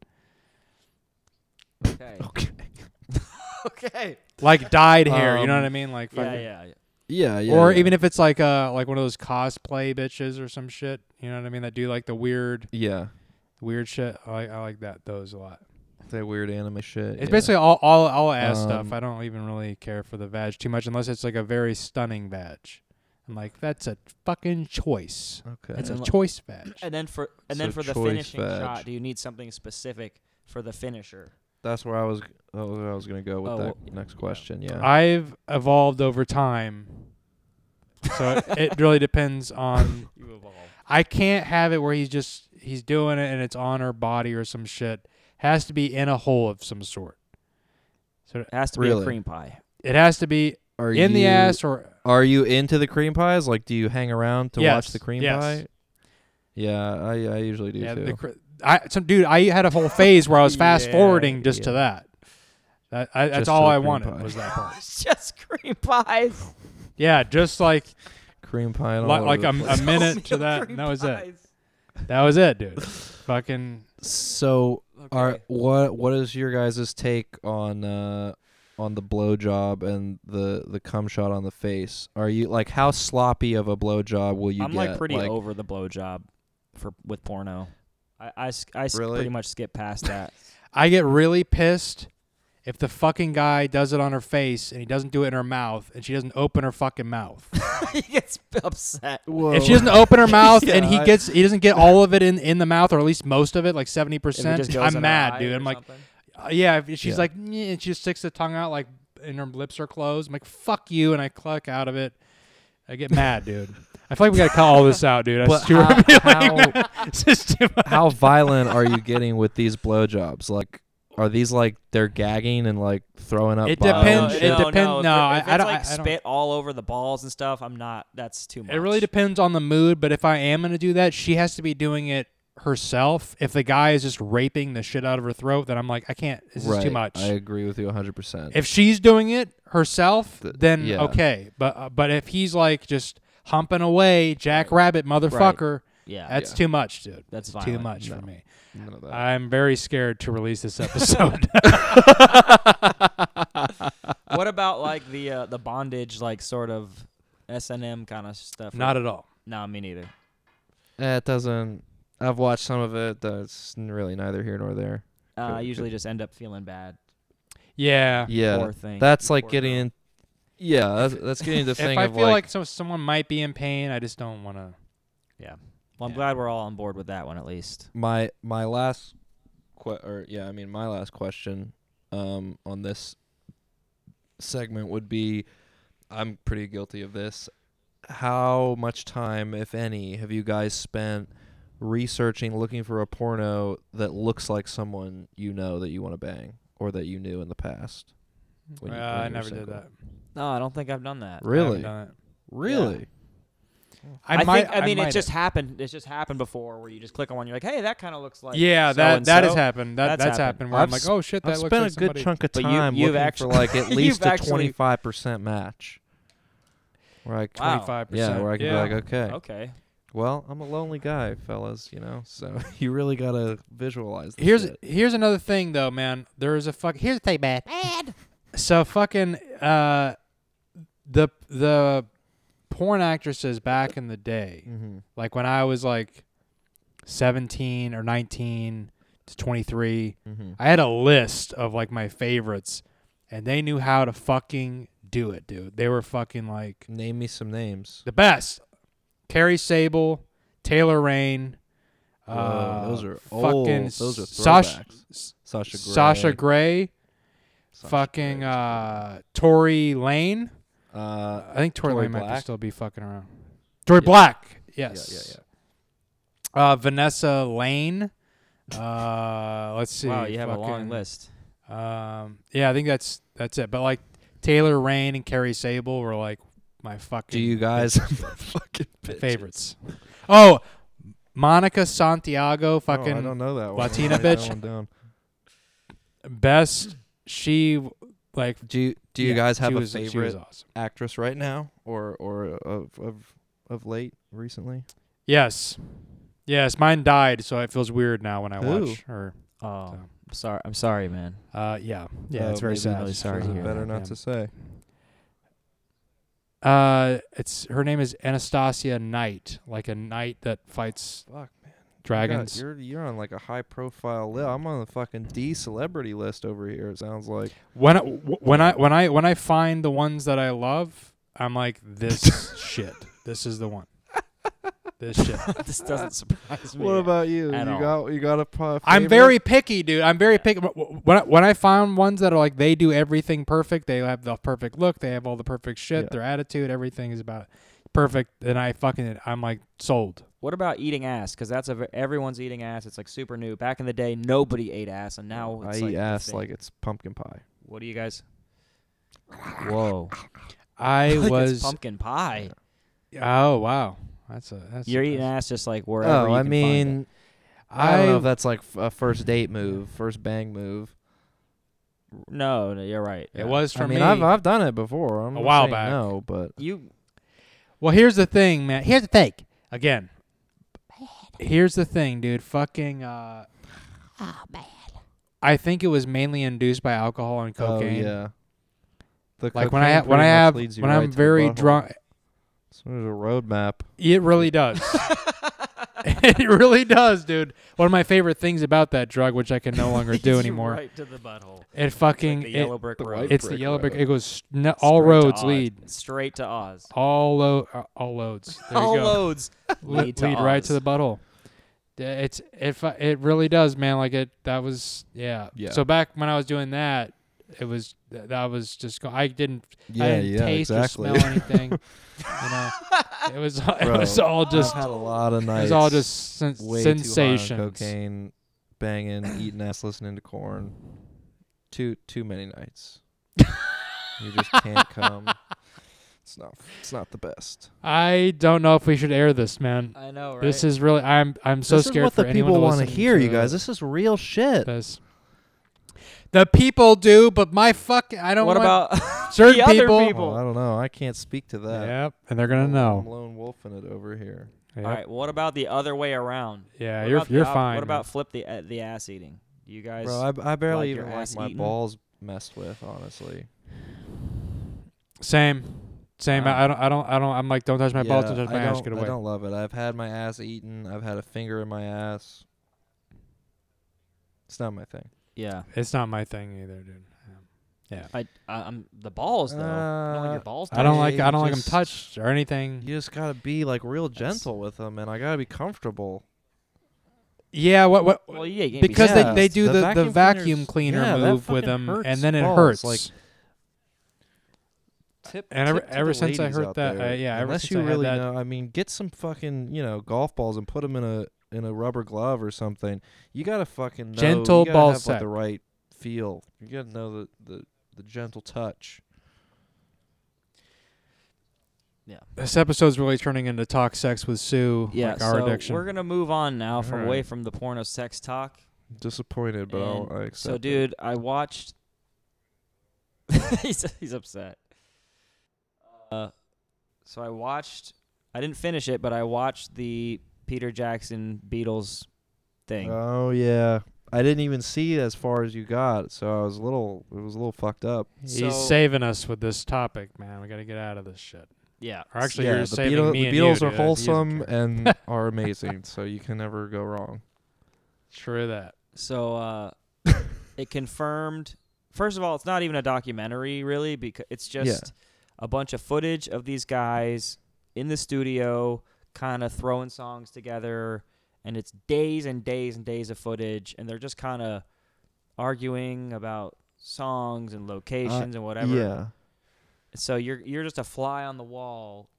Okay. Okay. okay. like dyed hair. you know what I Um, mean? Like Yeah, fucking- yeah, yeah. Yeah, yeah. or yeah. even if it's like uh like one of those cosplay bitches or some shit. You know what I mean? That do like the weird yeah, weird shit. I like I like that those a lot. that weird anime shit. It's yeah. basically all all all ass stuff. Um, I don't even really care for the vag too much unless it's like a very stunning vag. I'm like that's a fucking choice. okay. It's And a lo- choice vag. And then for and So then for the choice finishing vag. shot, do you need something specific for the finisher? That's where I was. That was where I was gonna go with Oh, that well, next question. Yeah. I've evolved over time. So it- it really depends on You evolve. I can't have it where he's just he's doing it and it's on her body or some shit. Has to be in a hole of some sort. So It has to be Really? a cream pie. it has to be are in the you- ass or Are you into the cream pies? Like, do you hang around to watch Yes, the cream yes. pie? Yeah, I I usually do yeah. too. The, cr- I some dude. I had a whole phase where I was fast Yeah, forwarding just to yeah. that. That I, that's Just to all the I cream wanted pie. was that part. It's just cream pies. Yeah, just like cream pie and li- all like over the a, a place. minute to Oatmeal that, cream and that was it. pies. That was it, dude. Fucking So, Okay. are what what is your guys' take on uh on the blowjob and the the cum shot on the face? Are you like how sloppy of a blowjob will you I'm get? like pretty over the blowjob for with porno. I I, s- I s- Really? pretty much skip past that. I get really pissed if the fucking guy does it on her face and he doesn't do it in her mouth and she doesn't open her fucking mouth. he gets upset. if she doesn't open her mouth and he Yeah, I- gets he doesn't get all of it in, in the mouth or at least most of it, like seventy If it just percent, goes in her I'm mad, eye dude. or I'm like, something. uh, yeah. If she's Yeah. like, "Nyeh," and she just sticks the tongue out like, and her lips are closed. I'm like, fuck you, and I cluck out of it. I get mad, dude. I feel like we gotta cut all this out, dude. But That's too uh, how- revealing. It's just too much. how violent are you getting with these blowjobs? Like, are these like they're gagging and like throwing up? It bile No, depends- and it Oh, shit? no, depend- No, no, if, I- I it's don't- like I- I don't- spit all over the balls and stuff, I'm not. That's too much. It really depends on the mood, but if I am going to do that, she has to be doing it herself. If the guy is just raping the shit out of her throat, then I'm like, I can't. This is too Right, much. I agree with you 100. percent if she's doing it herself, Th- then yeah. okay. But uh, but if he's like just humping away, jackrabbit motherfucker, Yeah, that's Yeah. too much, dude. that's It's violent. Too much for No. me. None of that. I'm very scared to release this episode. What about like the uh, the bondage, like sort of S and M kind of stuff? Not at all. no, me neither. Eh, it doesn't. I've watched some of it. That's really neither here nor there. Uh, I Good, usually just end up feeling bad. Yeah. Yeah, Poor thing. that's like Poor getting. girl. In, yeah, that's, that's getting the If thing I of feel like, like, so, someone might be in pain, I just don't want to. Well, I'm Yeah. glad we're all on board with that one at least. my my last, que- or yeah, I mean my last question, um, on this segment would be, I'm pretty guilty of this. How much time, if any, have you guys spent researching, looking for a porno that looks like someone you know that you want to bang or that you knew in the past? When you- when you Uh, I were never did single. that. No, I don't think I've done that. I haven't Really, done it. really. I, might. think, I mean, might it have. just happened. It's just happened before, where you just click on one, you're like, "Hey, that kind of looks like." yeah, so that and that so. has happened. That That's that's happened. happened. Where i am I've like, s- oh shit, that I've looks spent like a good somebody- chunk of But you- time you've looking actu- for like at you've least a actually- twenty five percent match. Where I c- Wow. 25%. yeah, where I can be like, "Oh, okay, Oh. Okay. well, I'm a lonely guy, fellas, you know, so you really gotta visualize. This here's shit. here's another thing though, man. There is a fuck. Here's the thing, man. So fucking uh, the the porn actresses back in the day, Mhm. like when I was like seventeen or nineteen to twenty three, Mhm. I had a list of like my favorites, and they knew how to fucking do it, dude. They were fucking like Name me some names. The best. Carrie Sable, Taylor Rain. Whoa, uh, those are old. fucking Those are Sasha, throwbacks. Sasha Grey. Sasha Grey, Sasha fucking Grey. uh, Tori Lane. Uh, I think Tori, Tory Lane might be Black? still be fucking around. Tori Yeah. Black, yeah, yeah, yes. yeah. Uh, Vanessa Lane. Uh, let's see. wow, you have a long fucking- list. Um, yeah, I think that's that's it. But like Taylor Rain and Carrie Sable were like my fucking. Do you guys fucking bitches. favorites. Oh, Monica Santiago, Oh, fucking I don't know that one. Latina Write that bitch. one down. best. She w- like. Do you, do you yeah, guys have she a was, She favorite was awesome. actress right now or or of of of late recently? Yes, yes. Mine died, so it feels weird now when I Who? watch her. Oh, sorry. I'm sorry, man. Uh, yeah, yeah, Oh, it's very maybe sad. really sorry Is to it hear better that, not yeah. to say. Uh, it's her name is Anastasia Knight, like a knight that fights Fuck, man. You got- dragons. Oh You're you're on like a high profile list. I'm on the fucking D celebrity list over here. It sounds like. when I, wh- when I when I when I find the ones that I love, I'm like this shit. This is the one. This shit. this doesn't surprise me. What about you? At you all. got you got a. pro- I'm favorite? very picky, dude. I'm very picky. Wh- wh- When I, when I found ones that are like they do everything perfect, they have the perfect look, they have all the perfect shit, Yeah. their attitude, everything is about perfect. Then I fucking I'm like sold. What about eating ass? Because that's a ve- everyone's eating ass. It's like super new. Back in the day, nobody ate ass, and now I it's eat like the ass thing. like it's pumpkin pie. Oh, What do you guys? Whoa! I Like it's was pumpkin pie. oh wow, that's a that's You're eating impressive. ass just like wherever. Oh, you I can find it. mean, I I don't know if that's like f- a first date move, first bang move. no, no, you're right. it was for I mean, me. I've uh, I've done it before. I'm A not while saying back. No, but oh, You Well, here's the thing, man. Here's the thing. Again. Here's the thing, dude. Fucking uh I think it was mainly induced by alcohol and cocaine. oh yeah. The Like when I cocaine ha- when pretty much I have leads you when right I'm to the very butthole. drunk, So there's a roadmap. it really does. it really does, dude. One of my favorite things about that drug, which I can no longer do anymore, Right to the butthole. it fucking Like the it- yellow brick the road. white it's the brick yellow brick. road. It goes no, Straight all to roads Oz. lead straight to Oz. all lo- uh, all loads. There you All go. loads Le- lead to lead right Oz. to the butthole. D- It's it fu- it really does, man. Like it that was yeah. Yeah. So back when I was doing that, it was th- that was just go- I didn't I Yeah, didn't yeah, taste exactly. or smell anything. you know, it was all- it Bro, was all just I've it had a lot of nights. was all just sen- way Too high on sensations. cocaine, banging, eating ass, listening to corn. Too too many nights. you just can't come. It's not. It's not the best. I don't know if we should air this, man. I know, right? This is really I'm I'm so this scared is what for the anyone people to wanna listen hear, you to guys. This is real shit. This. The people do, but my fuck, I don't what want about certain the other people- Well, Oh, I don't know. I can't speak to that. Yep, and they're gonna I'm know. lone wolfing it over here. Yep. All right. What about the other way around? Yeah, What you're about the you're op- fine. What about flip the uh, the ass eating? You guys, Bro, I, I barely your even ass like my eaten? balls messed with, honestly. same, same? I, I don't, I don't, I don't. I'm like, don't touch my balls, Yeah, don't touch I my ass, don't- get I away. don't love it. I've had my ass eaten. I've had a finger in my ass. It's not my thing. yeah. It's not my thing either, dude. I, I I'm the balls though. I don't want your Uh, balls. I don't like, you I don't like them just- touched or anything. You just gotta be like real gentle with them, and I gotta be comfortable. Yeah, what, what? Well, yeah, you can't be Because sad. they, they Yeah, do the the, the vacuum vacuum cleaners- cleaner yeah, that move with fucking them, hurts and then it balls, hurts. like, Tip, And ever- tip to the ever since I ladies heard out that, there, uh, yeah, ever unless since you I had really that- know, I mean, get some fucking you know golf balls and put them in a in a rubber glove or something. You gotta fucking know, Gentle you gotta ball have, like, sack. the right feel. You gotta know the the, the gentle touch. this episode's really turning into talk sex with Sue, yeah. like our so addiction. we're gonna move on now from Alright. away from the porno sex talk. Disappointed, but I'll, And I accept. So, it. dude, I watched. he's he's upset. Uh, so I watched. I didn't finish it, but I watched the Peter Jackson Beatles thing. Uh, Oh yeah, I didn't even see as far as you got, so I was a little. It was a little fucked up. He's so- saving us with this topic, man. We gotta get out of this shit. yeah. Or actually, yeah, you're the, saving Beatles, me and the you, Beatles dude. are I- he doesn't wholesome care. and are amazing, so you can never go wrong. True that. So uh, it confirmed. First of all, it's not even a documentary, really, because it's Yeah. just a bunch of footage of these guys in the studio, kind of throwing songs together, and it's days and days and days of footage, and they're just kind of arguing about songs and locations and whatever. Uh, Yeah, So you're you're just a fly on the wall,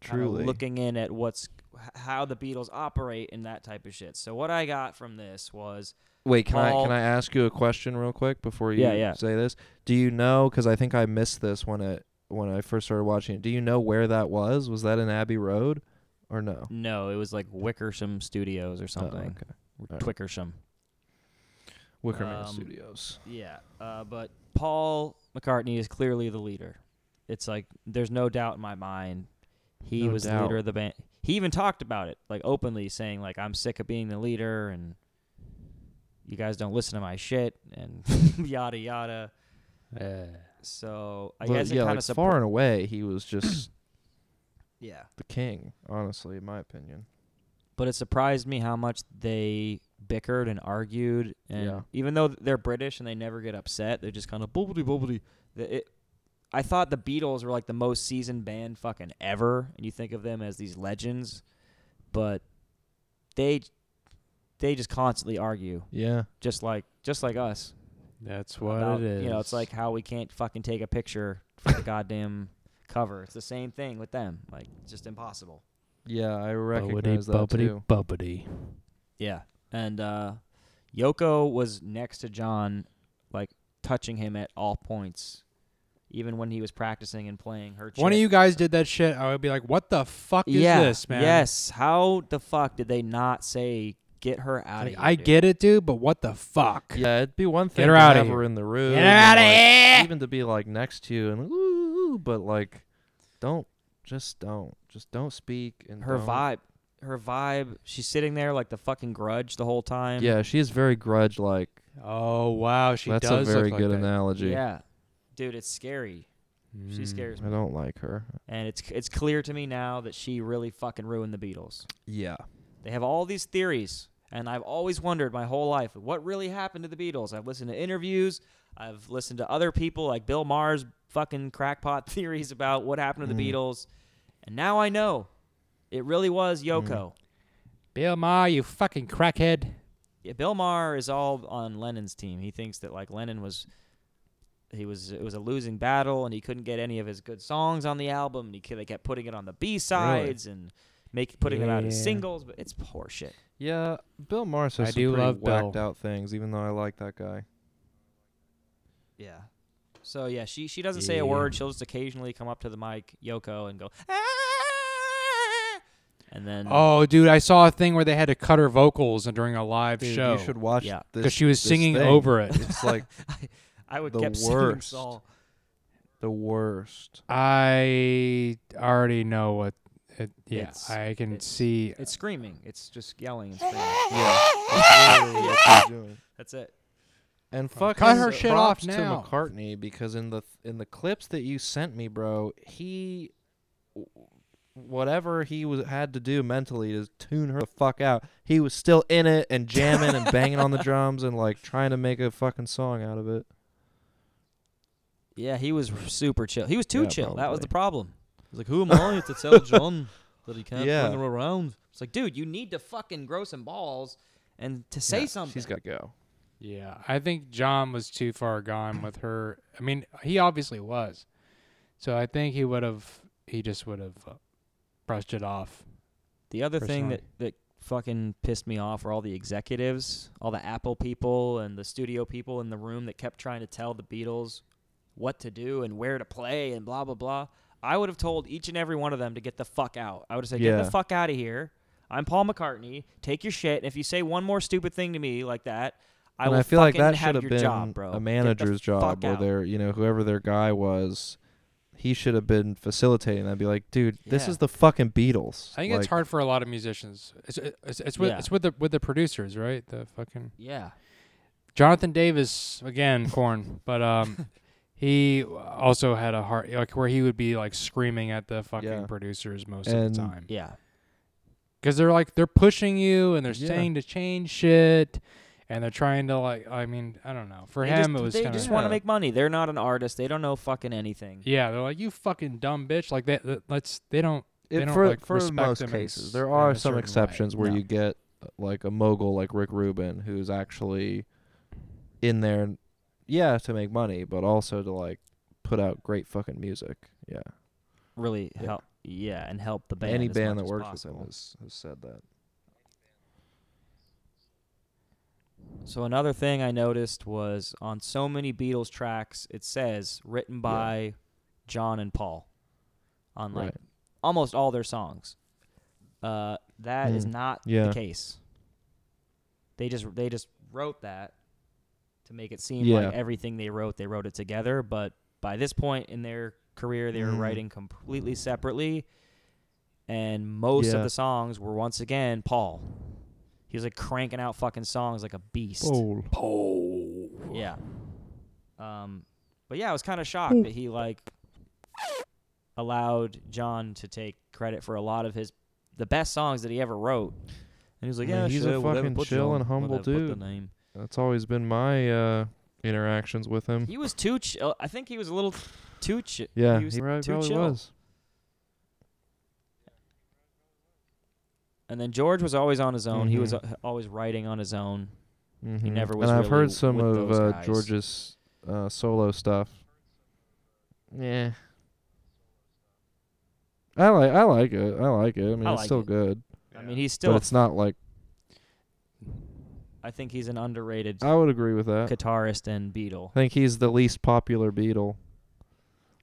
kinda truly. looking in at what's h- how the Beatles operate and that type of shit. So what I got from this was Wait, can I Paul- can I ask you a question real quick before you Yeah, yeah. say this? Do you know? Because I think I missed this when it when I first started watching it. Do you know where that was? Was that in Abbey Road, or no? no, it was like Wickersham Studios or Oh, something, okay. or Alright. Twickersham. Wickerman Um, Studios. Yeah, uh, but Paul McCartney is clearly the leader. It's like there's no doubt in my mind he No was the doubt. leader of the band. He even talked about it like openly, saying like I'm sick of being the leader and you guys don't listen to my shit and yada yada. So I But guess yeah, it kind like of far and away, he was just yeah. the king. Honestly, in my opinion. but it surprised me how much they bickered and argued. And Yeah. even though they're British and they never get upset, they're just kind of bubbly bubbly. It, I thought the Beatles were like the most seasoned band fucking ever, and you think of them as these legends, but they they just constantly argue, Yeah. just like just like us. That's what about, it is. You know, it's like how we can't fucking take a picture for the goddamn cover. It's the same thing with them. Like it's just impossible. Yeah, I bubbity recognize that bubbity too. bubbity. Yeah. And uh, Yoko was next to John, like touching him at all points, even when he was practicing and playing her. One of shit. you guys did that shit. I would be like, "What the fuck is yeah, this, man?" Yes. How the fuck did they not say get her out Like, of here? I dude?" get it, dude, but what the fuck? Yeah, it'd be one thing her to outta have here. her in the room, Get her outta and, like, here! even to be like next to you and ooh, but like, don't just don't just don't speak and her don't- vibe. Her vibe. She's sitting there like the fucking grudge the whole time. Yeah, she is very grudge like. Oh wow, she That's a does very look good like that. analogy. Yeah. Dude, it's scary. She Mm, scares I me, don't like her. and it's it's clear to me now that she really fucking ruined the Beatles. Yeah. They have all these theories, and I've always wondered my whole life what really happened to the Beatles. I've listened to interviews, I've listened to other people like Bill Maher's fucking crackpot theories about what happened to the Mm. Beatles, and now I know it really was Yoko. Bill Maher, you fucking crackhead. Yeah, Bill Maher is all on Lennon's team. He thinks that like Lennon was. He was it was a losing battle, and he couldn't get any of his good songs on the album. And he ke- they kept putting it on the B sides and make putting them out as Yeah. singles, but it's poor shit. Yeah, Bill Maher says I some do pretty love Bill. whacked out things, even though I like that guy. Yeah. So yeah, she she doesn't say Yeah. a word. She'll just occasionally come up to the mic, Yoko, and go, "Ah!" and then Oh, dude, I saw a thing where they had to cut her vocals during a live Dude, show you should watch Yeah. this because she was this singing thing. over it. It's like I, I would the kept singing worst. Saul. the worst. I already know what. It, yeah, It's- I can it's- see. It's screaming. It's just yelling and screaming. Yeah, that's literally what she's doing. That's it. And fuck, cut her shit off props now. to McCartney because in the in the clips that you sent me, bro, he whatever he was had to do mentally to tune her the fuck out, he was still in it and jamming and banging on the drums and like trying to make a fucking song out of it. Yeah, he was super chill. He was too Yeah, chill. That was probably. the problem. He's like, "Who am I to tell John that he can't Yeah. bring her around?" It's like, dude, you need to fucking grow some balls and to say Yeah, something. She's got to go. Yeah, I think John was too far gone with her. I mean, he obviously was. So I think he would have. He just would have uh, brushed it off. The other thing personally. that, that fucking pissed me off were all the executives, all the Apple people and the studio people in the room that kept trying to tell the Beatles what to do and where to play and blah blah blah. I would have told each and every one of them to get the fuck out. I would have said, "Get Yeah. the fuck out of here." I'm Paul McCartney. Take your shit. And if you say one more stupid thing to me like that, I and will I feel like fucking that have should your have been job, bro. Get a the manager's fuck job where out. their, you know, whoever their guy was, he should have been facilitating that. Be like, dude, this Yeah. is the fucking Beatles. I think it's Like, hard for a lot of musicians. It's it's, it's with Yeah. it's with the with the producers, right? The fucking Yeah. Jonathan Davis again, corn, but um, he also had a heart like where he would be like screaming at the fucking Yeah. producers most of And- the time Yeah. because they're like they're pushing you and they're Yeah. saying to change shit and they're trying to like I mean I don't know for They him just, it was they kind just of want to Yeah. make money. They're not an artist. They don't know fucking anything. yeah they're like you fucking dumb bitch like that that- let's they don't It- They don't, for like, for respect most them in s- cases, there in a are some certain way. exceptions where No. you get uh, like a mogul like Rick Rubin who's actually in there, and- yeah, to make money, but also to like put out great fucking music. Yeah, Really Yeah. help. Yeah, and help the band. any as band much that as works possible. with him has, has said that. So another thing I noticed was on so many Beatles tracks, it says written by John and Paul on like Right. almost all their songs. Uh, that is Mm. not Yeah. the case. They just they just wrote that to make it seem Yeah. like everything they wrote they wrote it together. But by this point in their career, they were Mm. writing completely separately, and most Yeah. of the songs were once again Paul. He was like cranking out fucking songs like a beast. Oh, Yeah. Um, but yeah, I was kind of shocked that he like allowed John to take credit for a lot of his the best songs that he ever wrote. And he was like, I mean, "Yeah, he's a sure, whatever, fucking put chill John, and humble whatever, put the dude." name." That's always been my uh, interactions with him. He was too. Ch- uh, I think he was a little too. Ch- yeah, he was prob- too probably chill. was. And then George was always on his own. He was Mhm. uh, always writing on his own. Mm-hmm. never was And I've really heard some with of those uh, guys. George's uh, solo stuff. Yeah. I like I like it. I like it. I mean, I it's like still it. good, I mean, he's still. but it's not like I think he's an underrated I would agree with that. guitarist and Beatle. I think he's the least popular Beatle.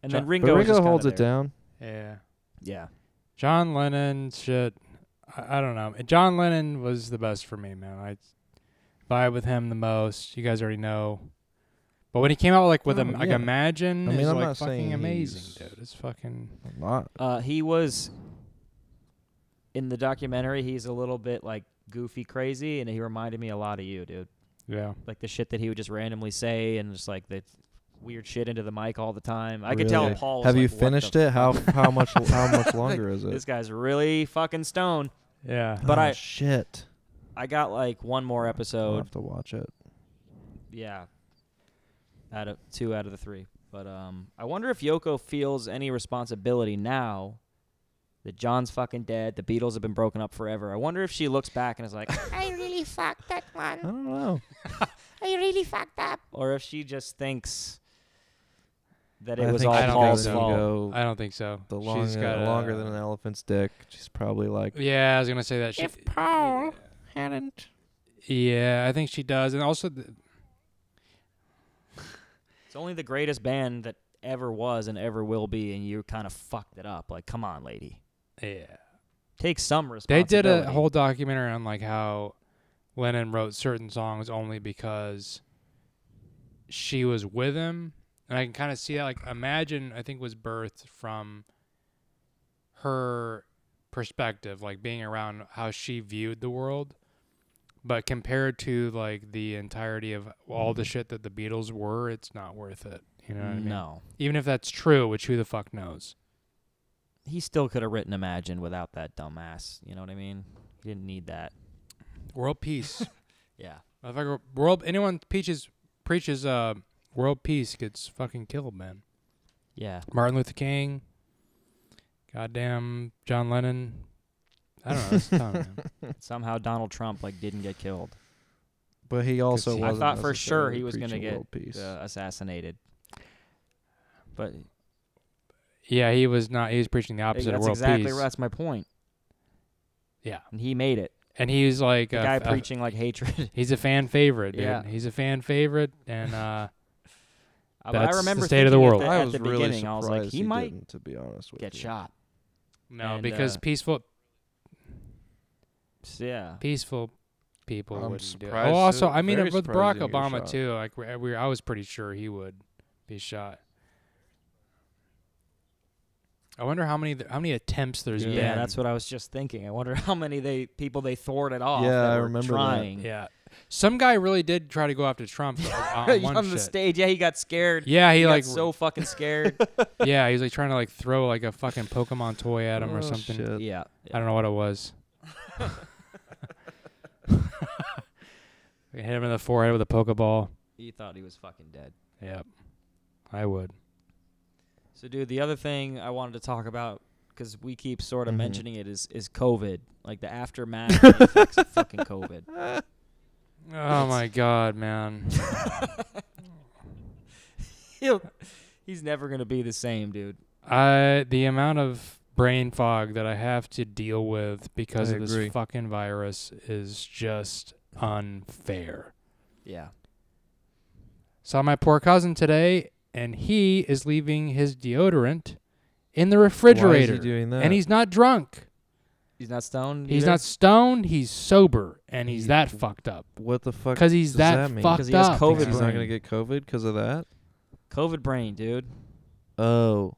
And then But Ringo. But was just Ringo kinda holds it there. down. Yeah. Yeah. John Lennon shit. I, I don't know. John Lennon was the best for me, man. I vibe with him the most. You guys already know. But when he came out like with Oh, Im- like yeah. Imagine, I mean, is I'm like not fucking saying amazing, he's- dude. It's fucking A lot. Uh, he was in the documentary. He's a little bit like goofy, crazy, and he reminded me a lot of you, dude. yeah. Like the shit that he would just randomly say and just like the weird shit into the mic all the time. I could tell Really? Paul. Was Have like, you "What the finished f- it? How how much how much longer is it? This guy's really fucking stoned. Yeah. but Oh, I- shit. I got like one more I'll episode. have to watch it. Yeah. Out of two out of the three. But um I wonder if Yoko feels any responsibility now that John's fucking dead, the Beatles have been broken up forever. I wonder if she looks back and is like I really fucked that I one. don't know. I really fucked up. or if she just thinks that it I was think all she's got Paul's an fault. ego I don't think so. The She's long, got uh, a- longer than an elephant's dick. She's probably like, Yeah, I was gonna say that. She, If Paul hadn't. yeah, I think she does, and also th- It's only the greatest band that ever was and ever will be and you kind of fucked it up. Like, come on, lady. yeah. Take some They responsibility. did a whole documentary on like how Lennon wrote certain songs only because she was with him, and I can kind of see that. Like, imagine I think was birthed from her perspective, like being around how she viewed the world, but compared to like the entirety of all the shit that the Beatles were, it's not worth it. You know what I mean? No. Even if that's true, which who the fuck knows? He still could have written Imagine without that dumbass. You know what I mean? He didn't need that. World peace. Yeah. Motherfucker, world anyone preaches preaches uh world peace gets fucking killed, man. Yeah. Martin Luther King, goddamn John Lennon. I don't know. It's tough, man. Somehow Donald Trump like didn't get killed, but he also see. I wasn't. thought for sure he was going gonna to get, peace. uh, assassinated. But Yeah, he was not. He was preaching the opposite of that's world exactly peace. right. that's my point. Yeah, And he made it. and he's like The a, guy a- preaching like hatred. he's a fan favorite, dude. Yeah. He's a fan favorite, and uh, Uh, But That's I the remember state of the thinking at world. At the, I was really beginning, I was like, surprised he, might didn't, to be honest with get you. shot. no, And, because uh, peaceful S- Yeah. peaceful people I'm wouldn't do surprised it. Oh, also, that- I mean, very with surprised Barack he didn't get Obama shot. too. Like we, we, I was pretty sure he would be shot. I wonder how many th- how many attempts there's Yeah, been. that's what I was just thinking. I wonder how many they people they thwarted off. Yeah, that I were remember that. trying Yeah, some guy really did try to go after Trump on, on one on the shit. stage. Yeah, he got scared. Yeah, he, he like got so fucking scared. yeah, he was like trying to like throw like a fucking Pokemon toy at him or Oh, something. shit. yeah. I don't know what it was. Hit him in the forehead with a Pokeball. He thought he was fucking dead. Yep, I would. So, dude, the other thing I wanted to talk about because we keep sort of Mhm. mentioning it is is COVID, like the aftermath and the effects of fucking COVID. Oh my god, man. He'll, he's never gonna be the same, dude. I the amount of brain fog that I have to deal with because I of agree. this fucking virus is just unfair. Yeah. Saw my poor cousin today and he is leaving his deodorant in the refrigerator. Why is he doing that? and he's not drunk. He's not stoned. He's either? not stoned, he's sober and he's He- that fucked up. what the fuck? Cuz he's does that, that mean? fucked 'Cause he has up. COVID Thinks he's not brain. going to get COVID because of that. COVID Oh. brain, dude. Oh,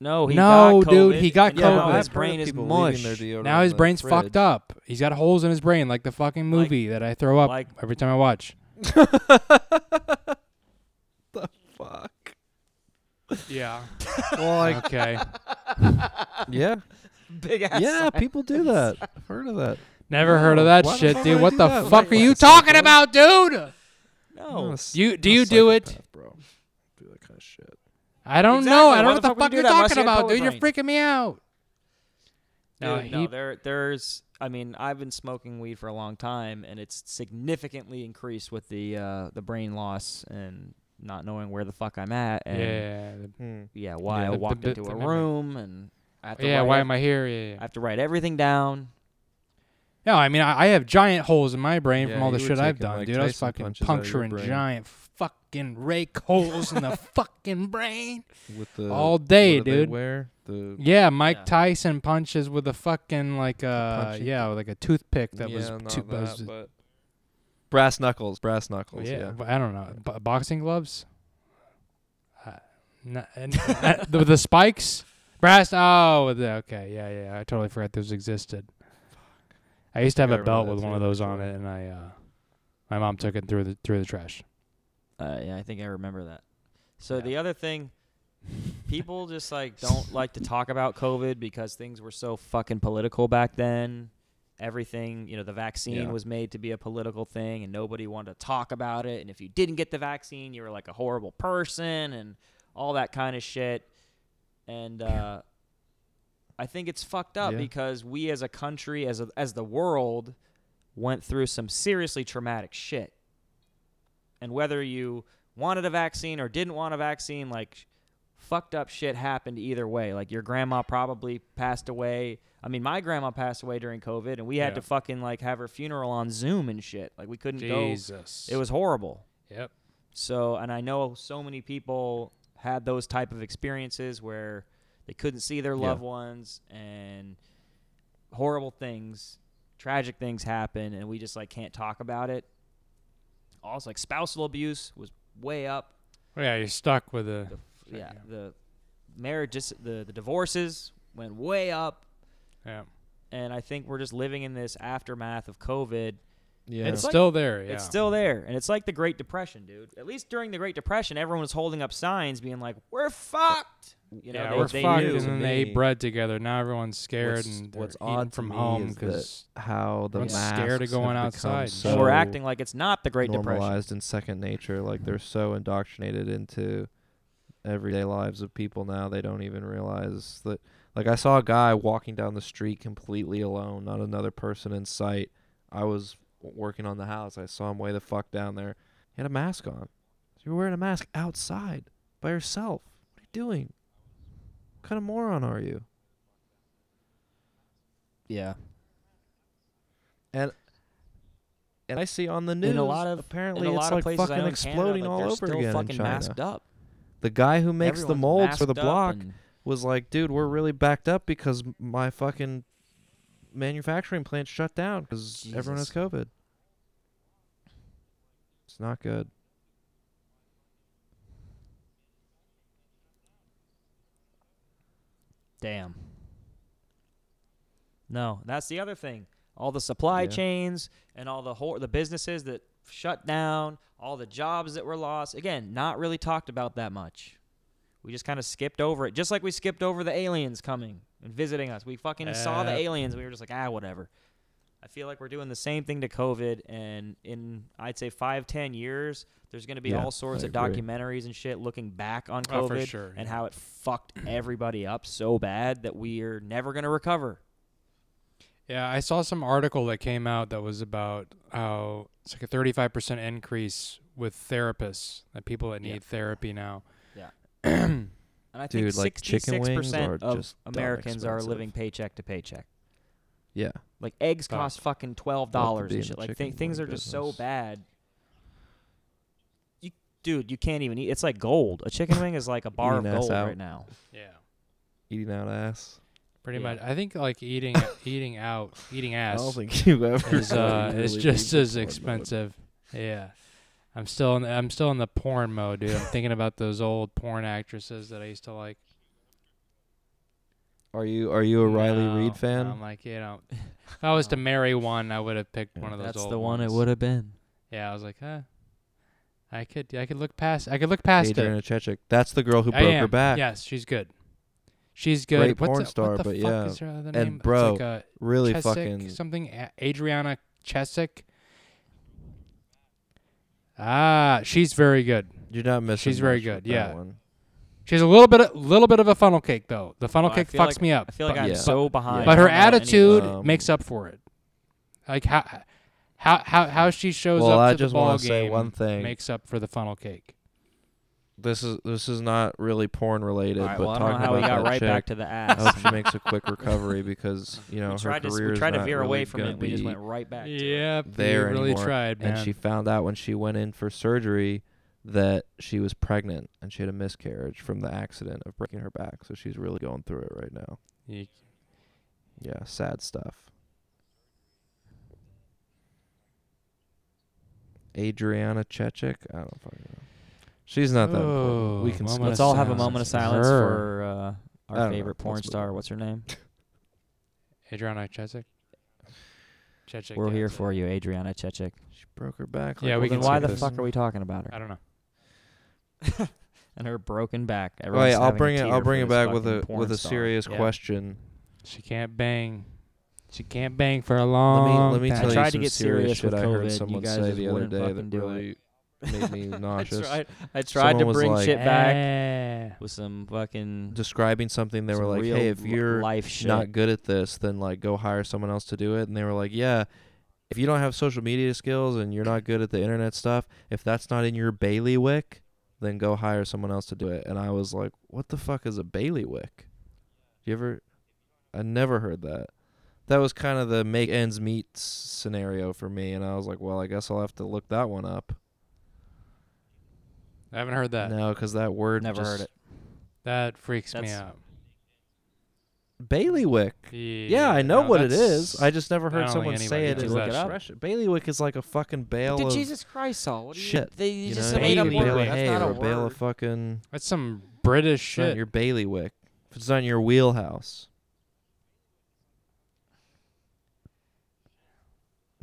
No, he No, got dude, COVID, he got and now COVID. His I've brain heard is people mush. leaving their deodorant Now his in the brain's fridge. fucked up. He's got holes in his brain, like the fucking Like- movie that I throw up like- every time I watch. the fuck. Yeah. Well, like, okay. yeah, Big ass. yeah, people do that. I've heard of that. Never heard No, of that why the shit, fuck dude. would I What do the that? fuck Why- are why you the fuck talking would I? about, dude? I'm a No. s- You- do I'm a you do it? psychopath, bro? Do that kind of shit. I don't Exactly. know. Why I don't know the what the fuck fuck, would you you're do that? Must talking he have about, dude. You're colorblind. freaking me out. No, Dude, no, he- there, there's. I mean, I've been smoking weed for a long time, and it's significantly increased with the uh, the brain loss and not knowing where the fuck I'm at, and yeah, Yeah. the- why Yeah, I the- the walked bit- into the a memory. room, and I have to Yeah. write Why ev- am I here? Yeah. I yeah. have to write everything down. No, I mean I, I have giant holes in my brain Yeah, from all the you were shit I've taking, done, like, dude. I was Tyson fucking punches out of your puncturing brain. giant fucking rake holes in the fucking brain. With the All day, Uh, what do They dude. wear the Yeah, Mike Yeah. Tyson punches with a fucking like uh punching yeah, with like a toothpick that yeah, was not too that, was- but brass knuckles, brass knuckles. yeah, Yeah, but I don't know. B- boxing gloves? Uh, n- and, uh, the, the spikes? Brass Oh, the- okay. Yeah, yeah. I totally forgot those existed. I used to have Yeah, I a remember belt that with one too, of those on actually. it and I uh my mom took it through the through the trash. Uh, yeah, I think I remember that. So Yeah. the other thing, people just like don't like to talk about COVID because things were so fucking political back then. Everything, you know, the vaccine Yeah. was made to be a political thing, and nobody wanted to talk about it. And if you didn't get the vaccine, you were like a horrible person, and all that kind of shit. And uh, I think it's fucked up Yeah. because we, as a country, as a, as the world, went through some seriously traumatic shit. And whether you wanted a vaccine or didn't want a vaccine, like sh- fucked up shit happened either way. Like your grandma probably passed away. I mean, my grandma passed away during COVID, and we had Yeah. to fucking like have her funeral on Zoom and shit. Like we couldn't Jesus. go. It was horrible. Yep. So, and I know so many people had those type of experiences where they couldn't see their Yeah. loved ones and horrible things, tragic things happen, and we just like can't talk about it. Also, like spousal abuse was way up. yeah, you're stuck with a The, Sure, yeah, yeah. the marriage, dis- the the divorces went way up, yeah. and I think we're just living in this aftermath of COVID yeah. It's like- still there, yeah. It's still there, and it's like the Great Depression, dude. At least during the Great Depression, everyone was holding up signs, being like, "We're fucked." You know, yeah, they, we're they fucked, knew. and then they Me. ate bread together. Now everyone's scared What's- and they're what's eating odd to from me home is that because how the Everyone's masks scared of going have outside. become And So and we're acting like it's not the Great Depression. normalized and second nature. Like they're so indoctrinated into everyday lives of people now, they don't even realize that. Like I saw a guy walking down the street completely alone, not another person in sight. I was w- working on the house. I saw him way the fuck down there. He had a mask on. So you're wearing a mask outside by yourself. What are you doing? What kind of moron are you? Yeah, And I see on the news In a lot of- apparently in a it's lot like of places, I fucking know in exploding Canada, like, all they're over still again in fucking China. masked up. The guy who makes the Everyone's molds for the masked up block and- was like, dude, we're really backed up because m- my fucking manufacturing plant shut down because everyone has Jesus. COVID. It's not good. Damn. No, that's the other thing. All the supply Yeah. chains and all the whole, the businesses that shut down, all the jobs that were lost. Again, not really talked about that much. We just kind of skipped over it, just like we skipped over the aliens coming and visiting us. We fucking saw the Yep. aliens. We were just like, ah, whatever. I feel like we're doing the same thing to COVID, and in I'd say five, ten years, there's going to be Yeah, all sorts I of agree. documentaries and shit looking back on COVID Oh, for sure, and yeah. how it fucked everybody up so bad that we're never going to recover. Yeah, I saw some article that came out that was about how it's like a 35% increase with therapists, that people that need Yeah. therapy now. And I Dude, think like, chicken wings 66% are of just dumb Americans are expensive. living paycheck to paycheck. Yeah. Like eggs Fuck. cost fucking twelve dollars be in and the shit. Like chicken th- things are wing just so business. bad. You, dude, you can't even eat. It's like gold. A chicken wing is like a bar of Eating ass gold out. right now. Yeah. Eating out ass. Pretty Yeah. Oh much. I think like eating eating out, eating ass I don't think you ever. is uh is just as expensive. Yeah. I'm still in I'm still in the porn mode, dude. I'm thinking about those old porn actresses that I used to like. Are you are you a Riley No, Reed fan? I'm like, you know, if I was to marry one, I would have picked one of those. That's old the one ones. it would have been. Yeah, I was like, huh. I could, I could look past, I could look past it. Adriana Chechik. That's the girl who I broke am. her back. Yes, she's good. She's good. Great What's porn the, star, what the but fuck yeah. is her other name? And It's bro, like a Really Chesick fucking something. A- Adriana Chesick. Ah, she's very good. You're not missing. She's very much with good, that yeah. one. She's a little bit, a little bit of a funnel cake though. The funnel Oh, I cake fucks feel like- me up. I feel like but, I'm Yeah. so behind. but her I don't know any of attitude them. Um, makes up for it. Like how, how, how, how she shows Well, up I to just the ball wanna game say one thing. makes up for the funnel cake. This is this is not really porn related, All right, but well, I don't talking know how we about got that right chick, back to the I hope she ass. makes a quick recovery because you know we her tried to, career we is tried to not veer really away from gonna it. We just be went right back. to it. Yep, there you really anymore. tried, man. and she found out when she went in for surgery that she was pregnant and she had a miscarriage from the accident of breaking her back. So she's really going through it right now. You- Yeah, sad stuff. Adriana Chechik? I don't fucking know. She's not that important. We Oh, can moment skip of Let's all have a that. silence moment of for silence her. for uh, I our don't know. favorite porn Let's move star. What's her name? Adriana Chesick. Chesick. We're yeah, here that's for it. you, Adriana Chechik. She broke her back. like Yeah, we all Well, can then why skip the this. fuck Mm. are we talking about I her don't know. and her broken back? Oh, Everyone's yeah, I'll having a bring it. tear I'll for bring it this back with fucking a porn with a star. serious Yeah. question. She can't bang. She can't bang for a long. let me time. let me tell tried you to some get serious serious shit with I heard COVID. You someone guys say just the other wouldn't day that fucking do it. really made me nauseous. I tried, I tried to Someone was bring like, shit back Eh. with some fucking Describing something, they some were like, real "Hey, if li- you're life shit. not good at this, then like go hire someone else to do it. And they were like, yeah, if you don't have social media skills and you're not good at the internet stuff, if that's not in your bailiwick, then go hire someone else to do it. And I was like, what the fuck is a bailiwick? You ever? I never heard that. That was kind of the make ends meet s- scenario for me, and I was like, well, I guess I'll have to look that one up. I haven't heard that. No, because that word Never heard just- That freaks me That's- out. Bailiwick. Yeah, Yeah, I know no, what it that's- is. I just never I heard don't someone think say it anybody does as an that shit. expression. Bailiwick is like a fucking bale Dude, of Jesus Christ, Saul! What do you, shit, They, you you just know, made up a one bale word. of Bailiwick. That's hay not or a a bale of word. fucking. That's some British It's not shit. your bailiwick. If it's not in your wheelhouse.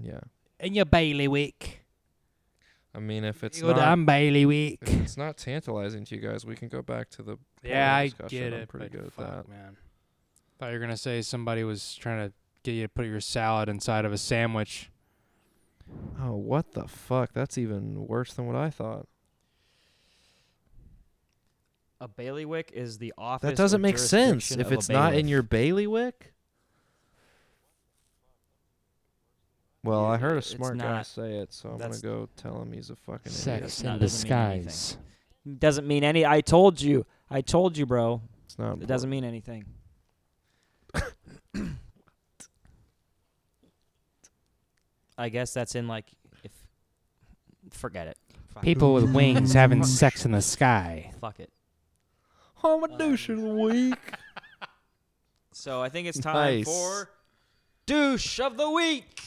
Yeah, In your bailiwick. I mean, if it's Good, not, I'm bailiwick. if it's not tantalizing to you guys, we can go back to the. Yeah, I discussion. get I'm it. pretty but good at fuck, that. man. Thought you were gonna say somebody was trying to get you to put your salad inside of a sandwich. Oh, what the fuck? That's even worse than what I thought. A bailiwick is the office. That or doesn't make sense. jurisdiction If of a it's not in bailiff. your bailiwick. Well, Yeah, I heard a it's smart guy not- say it, so I'm gonna that's- go tell him he's a fucking idiot. Sex No, in it doesn't mean anything. disguise. doesn't mean any. I told you. I told you, bro. It's not. It doesn't mean anything. I guess that's in like if forget it. Fuck, People with wings having sex in the sky. fuck it. I'm a douche of the week. So I think it's time Nice. for douche of the week.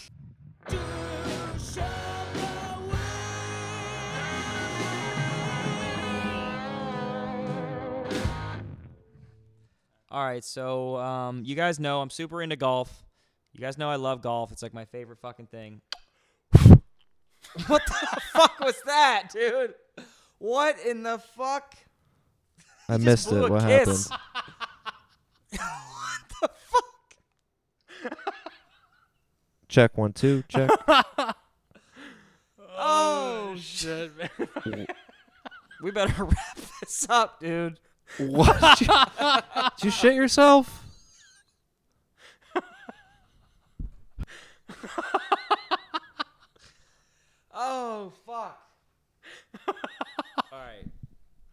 All right, so um, you guys know I'm super into golf. You guys know I love golf. It's like my favorite fucking thing. what the fuck was that, dude? What in the fuck? I He missed just blew it. a What happened? kiss. what the fuck? Check one, two. Check. Oh shit, man. we better wrap this up, dude. what? Did you, did you shit yourself? Oh fuck. All right.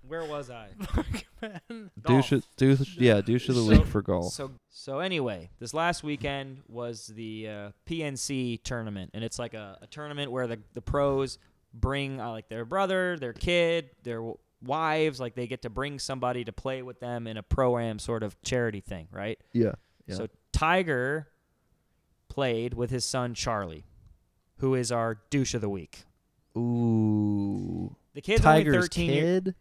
Where was I? Douche, of- douche. Yeah, douche of the So- week for golf. So so anyway, this last weekend was the uh, PNC tournament, and it's like a, a tournament where the the pros bring uh, like their brother, their kid, their w- wives, like they get to bring somebody to play with them in a pro am sort of charity thing, right? yeah. Yeah. So Tiger played with his son Charlie, who is our douche of the week. Ooh. The kid's only Tiger's 13 year- kid.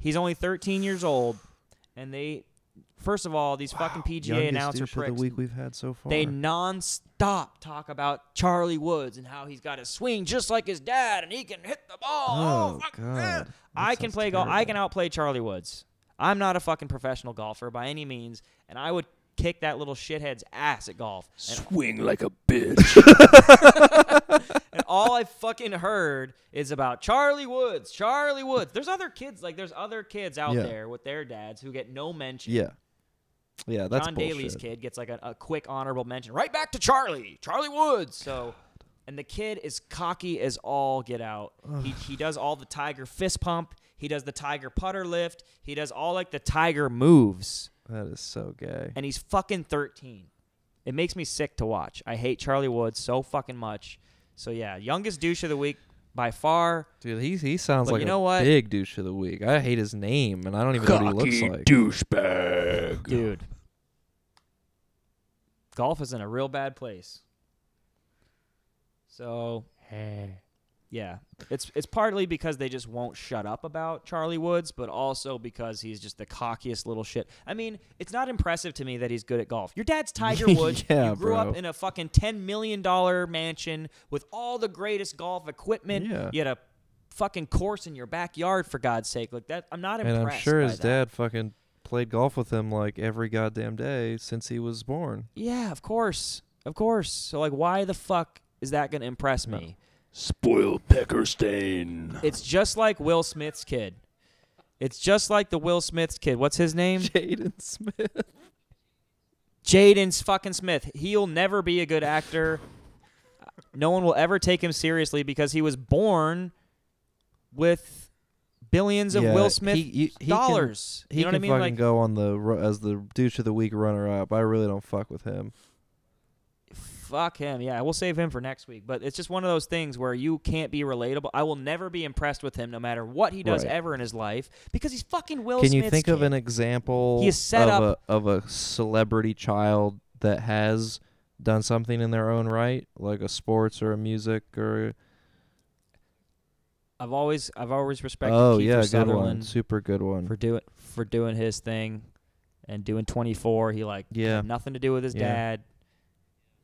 he's only 13 years old and they First of all, these fucking PGA announcer pricks. the week we've had so far. They non-stop talk about Charlie Woods and how he's got a swing just like his dad and he can hit the ball. Oh, Oh, fuck, yeah. God. That I can sounds play golf. I terrible. can outplay Charlie Woods. I'm not a fucking professional golfer by any means, and I would kick that little shithead's ass at golf. And, Swing like a bitch. and all I fucking heard is about Charlie Woods, Charlie Woods. There's other kids like there's other kids out Yeah. there with their dads who get no mention. yeah, yeah, that's John bullshit. Daly's kid gets like a, a quick honorable mention right back to Charlie, Charlie Woods. So, and the kid is cocky as all get out. He, he does all the tiger fist pump. He does the tiger putter lift. He does all like the tiger moves, That is so gay. and he's fucking thirteen. It makes me sick to watch. I hate Charlie Woods so fucking much. So yeah, youngest douche of the week by far. Dude, he he sounds But like you know a what? big douche of the week. I hate his name, and I don't even know what he looks like. douchebag. dude. Golf is in a real bad place. So Eh. yeah, it's it's partly because they just won't shut up about Charlie Woods, but also because he's just the cockiest little shit. I mean, it's not impressive to me that he's good at golf. Your dad's Tiger Woods. Yeah, you grew up bro. in a fucking ten million dollar mansion with all the greatest golf equipment. Yeah. You had a fucking course in your backyard for God's sake. Like that, I'm not And impressed. I'm sure by his that. dad fucking played golf with him like every goddamn day since he was born. Yeah, of course. Of course. So like why the fuck is that going to impress No. me? Spoil Peckerstein. It's just like Will Smith's kid. It's just like the Will Smith's kid. What's his name? Jaden Smith. Jaden fucking Smith. He'll never be a good actor. No one will ever take him seriously because he was born with billions of Yeah, Will Smith he- you- he can- dollars. He you know can what I mean? fucking Like go on the ru- as the douche of the week runner up. I really don't fuck with him. Fuck him. Yeah, we'll save him for next week. But it's just one of those things where you can't be relatable. I will never be impressed with him, no matter what he does Right. ever in his life, because he's fucking Will can Smith's you think of kid. an example He is set of up- a of a celebrity child that has done something in their own right, like a sports or a music or I've always, I've always respected. oh Kiefer yeah, good one, Sutherland super good one. for doing for doing his thing, and doing 24. He like Yeah. had nothing to do with his Yeah. dad.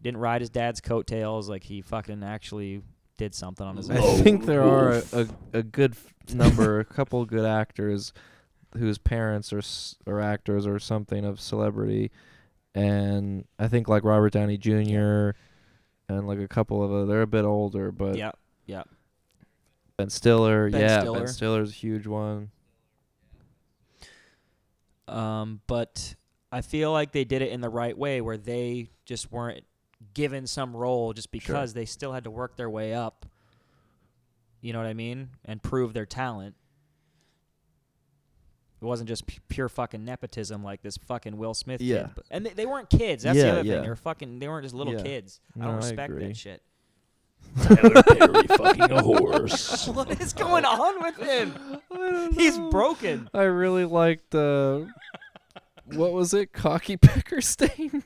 Didn't ride his dad's coattails. Like he fucking actually did something on his I own. think there are a, a, a good f- number, a couple good actors whose parents are s- are actors or something of celebrity, and I think like Robert Downey Jr. and like a couple of other, they're a bit older, but yeah, Ben Stiller, Ben yeah, Stiller. Ben Stiller's a huge one. Um, but I feel like they did it in the right way where they just weren't given some role just because they still had to work their way up. You know what I mean? And prove their talent. It wasn't just p- pure fucking nepotism like this fucking Will Smith Yeah. kid. But, and they, they weren't kids. That's the Yeah, other yeah. thing. They were fucking. They weren't just little Yeah. kids. I No, don't I respect agree. that shit. Tyler Perry fucking a horse. What is going on with him? He's broken. I really liked uh, what was it, Cocky Peckerstein?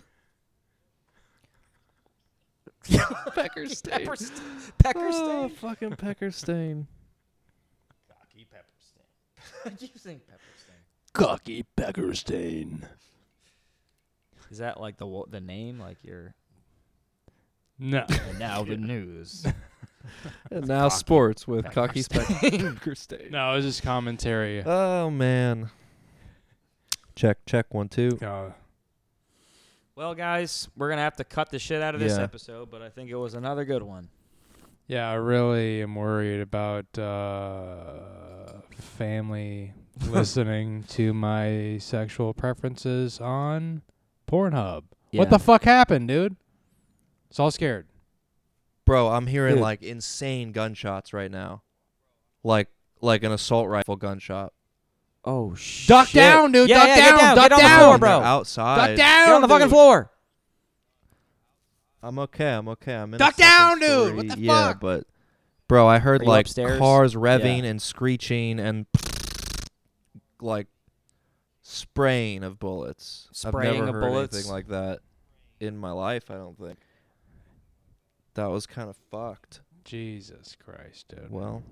Peckerstein. Pepperstein. Oh, Peckerstein. fucking Peckerstein. you think Pepperstein? Cocky Peckerstein. Is that like the wo- the name? Like your No. and now the news. And now sports with Cocky Peckerstein. No, it was just commentary. Oh man. Check check one two. No. Well, guys, we're gonna have to cut the shit out of this Yeah. episode, but I think it was another good one. Yeah, I really am worried about uh, family listening to my sexual preferences on Pornhub. What the fuck happened, dude? It's all scared. Bro, I'm hearing Dude. like insane gunshots right now. Like like an assault rifle gunshot. oh shit! Duck down, dude. Yeah, duck yeah, get down. down, Duck get on the down, floor, And bro. they're Duck Outside. down. Get on the fucking dude. floor. I'm okay. I'm okay. I'm in a Duck second down, dude. What story. the yeah, fuck? but bro, I heard Are you like upstairs? cars revving and screeching and like spraying of bullets. I've Spraying never of heard bullets? anything like that in my life. I don't think. That was kind of fucked. Jesus Christ, dude. Well,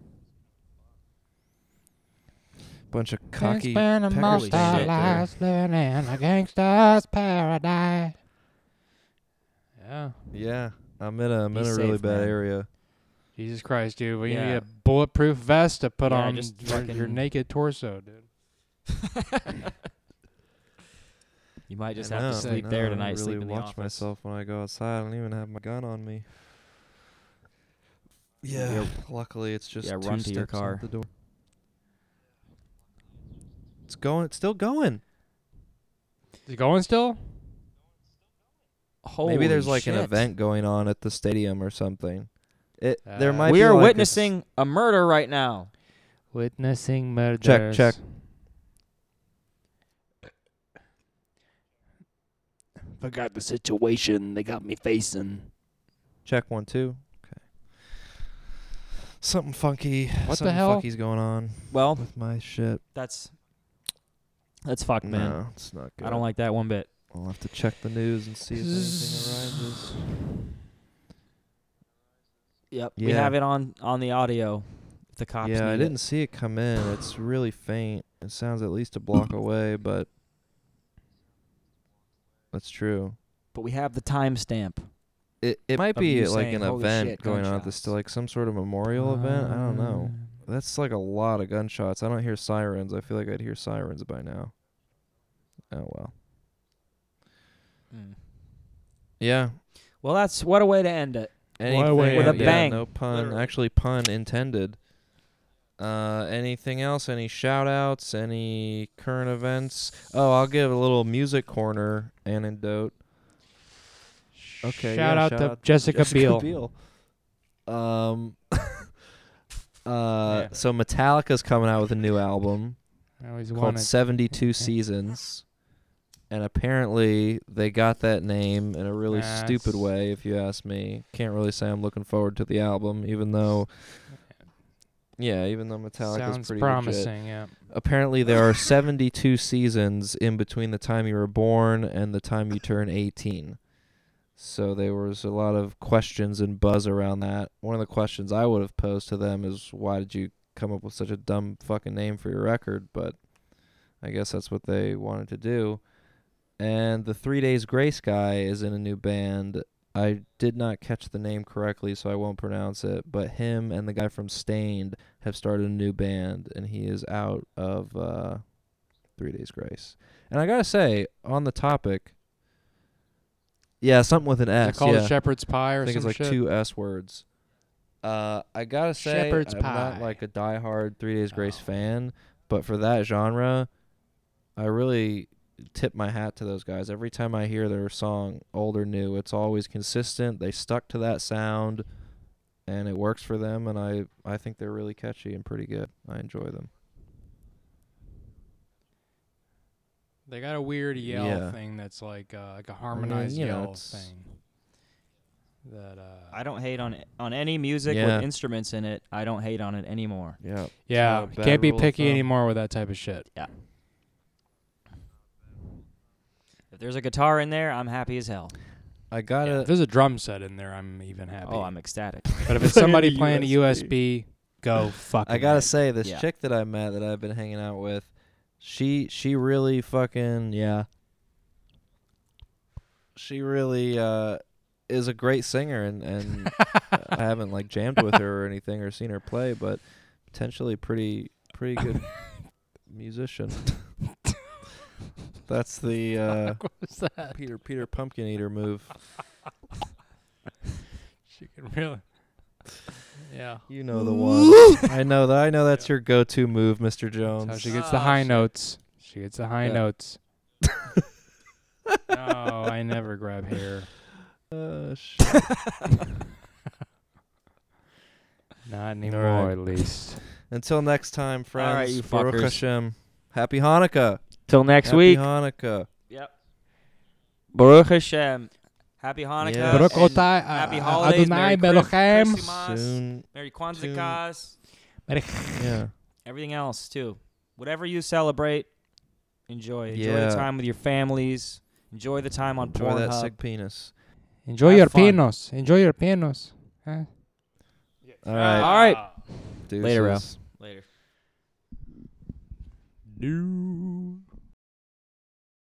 Bunch of cocky. been a pecker most shit our there. lives living in a gangster's paradise. Yeah. Yeah, I'm in a I'm Be in a safe, really bad man. area. Jesus Christ, dude. We Yeah. need a bulletproof vest to put Yeah, on just your, your fucking- naked torso, dude. You might just I have to know, sleep I there know, tonight. I really sleep in the watch office. myself when I go outside. I don't even have my gun on me. Yeah. Yep. Luckily, it's just Yeah, two run to your steps out car. the door. It's going. It's still going. Is it going still? Holy Maybe there's like an shit. event going on at the stadium or something. It there Uh, might. we be are like a s- witnessing a, murder right now. Witnessing check. murders. Check. Forgot the situation they got me facing. Check one two. Okay. Something funky. What the something hell? Funky's going on Well, with my shit. that's that's fucked, man. No, it's not good. I don't like that one bit. I'll have to check the news and see if anything arises. Yep. We Yeah. have it on on the audio. If the cops. yeah, need I it. didn't see it come in. It's really faint. It sounds at least a block away, but that's true. But we have the timestamp. It it might Of be you like saying, an "Holy event shit, going on at this gunshots." Uh. like some sort of memorial event. I don't know. That's like a lot of gunshots. I don't hear sirens. I feel like I'd hear sirens by now. Oh well. Mm. Yeah. Well, that's what a way to end it. Anything way With a yeah, bang. No pun. Literally. Actually, pun intended. Uh, anything else? Any shout outs? Any current events? Oh, I'll give a little music corner anecdote. Okay, Shout yeah, out shout to out to Jessica, Biel. Biel. Um. uh. So Metallica's coming out with a new album I always called wanted. 72 Seasons. And apparently they got that name in a really stupid That's- way, if you ask me. Can't really say I'm looking forward to the album, even though, yeah, even though Metallica's Sounds pretty legit. promising. Yeah. Apparently there are 72 seasons in between the time you were born and the time you turn 18. So there was a lot of questions and buzz around that. One of the questions I would have posed to them is why did you come up with such a dumb fucking name for your record, but I guess that's what they wanted to do. And the Three Days Grace guy is in a new band. I did not catch the name correctly, so I won't pronounce it. But him and the guy from Stained have started a new band, and he is out of uh, Three Days Grace. And I gotta say, on the topic, yeah, something with an Is S. it called yeah. a shepherd's pie or I think it's some like shit? two S words. Uh, I gotta say, Shepherd's I'm pie. not like a diehard Three Days Grace Oh. fan, but for that genre, I really tip my hat to those guys. Every time I hear their song, old or new, it's always consistent. They stuck to that sound, and it works for them. And I, I think they're really catchy and pretty good. I enjoy them. They got a weird yell Yeah. thing that's like uh, like a harmonized you know, yell it's- thing. That uh, I don't hate on on any music Yeah. with instruments in it. I don't hate on it anymore. Yeah. yeah, not a you bad can't be rule of picky thumb. anymore with that type of shit. If there's a guitar in there, I'm happy as hell. I gotta. if there's a drum set in there, I'm even happy. Oh, I'm ecstatic. but if it's somebody playing a USB, go fucking. I gotta it. say, this Yeah. chick that I met that I've been hanging out with, she she really fucking yeah. She really uh, is a great singer, and and I haven't like jammed with her or anything or seen her play, but potentially pretty pretty good musician. That's the uh, Peter Peter Pumpkin Eater move. She can really. Yeah. You know the one. I know that. I know that's your go-to move, Mr. That's how Jones. she gets the high notes. She gets the high Yeah. notes. no, I never grab hair. Uh, sh- Not anymore, right. at least. Until next time, friends. right, you Baruch fuckers. Hashem. Happy Hanukkah. Till next Happy week. Hanukkah. Yep. Baruch Hashem. Happy Hanukkah. Yeah. Baruch and Otai, happy uh, holidays. Adonai Merry Belocheim. Chris- Christmas. Soon. Merry Tune. Kwanzaa. Yeah. Everything else too. Whatever you celebrate, enjoy. Enjoy Yeah. the time with your families. Enjoy the time on Enjoy that Pornhub. sick penis. Enjoy Have your fun. pianos. Enjoy your pianos. Huh? All right. Ah. All right. Deuces. Later, Ralph. Later. new.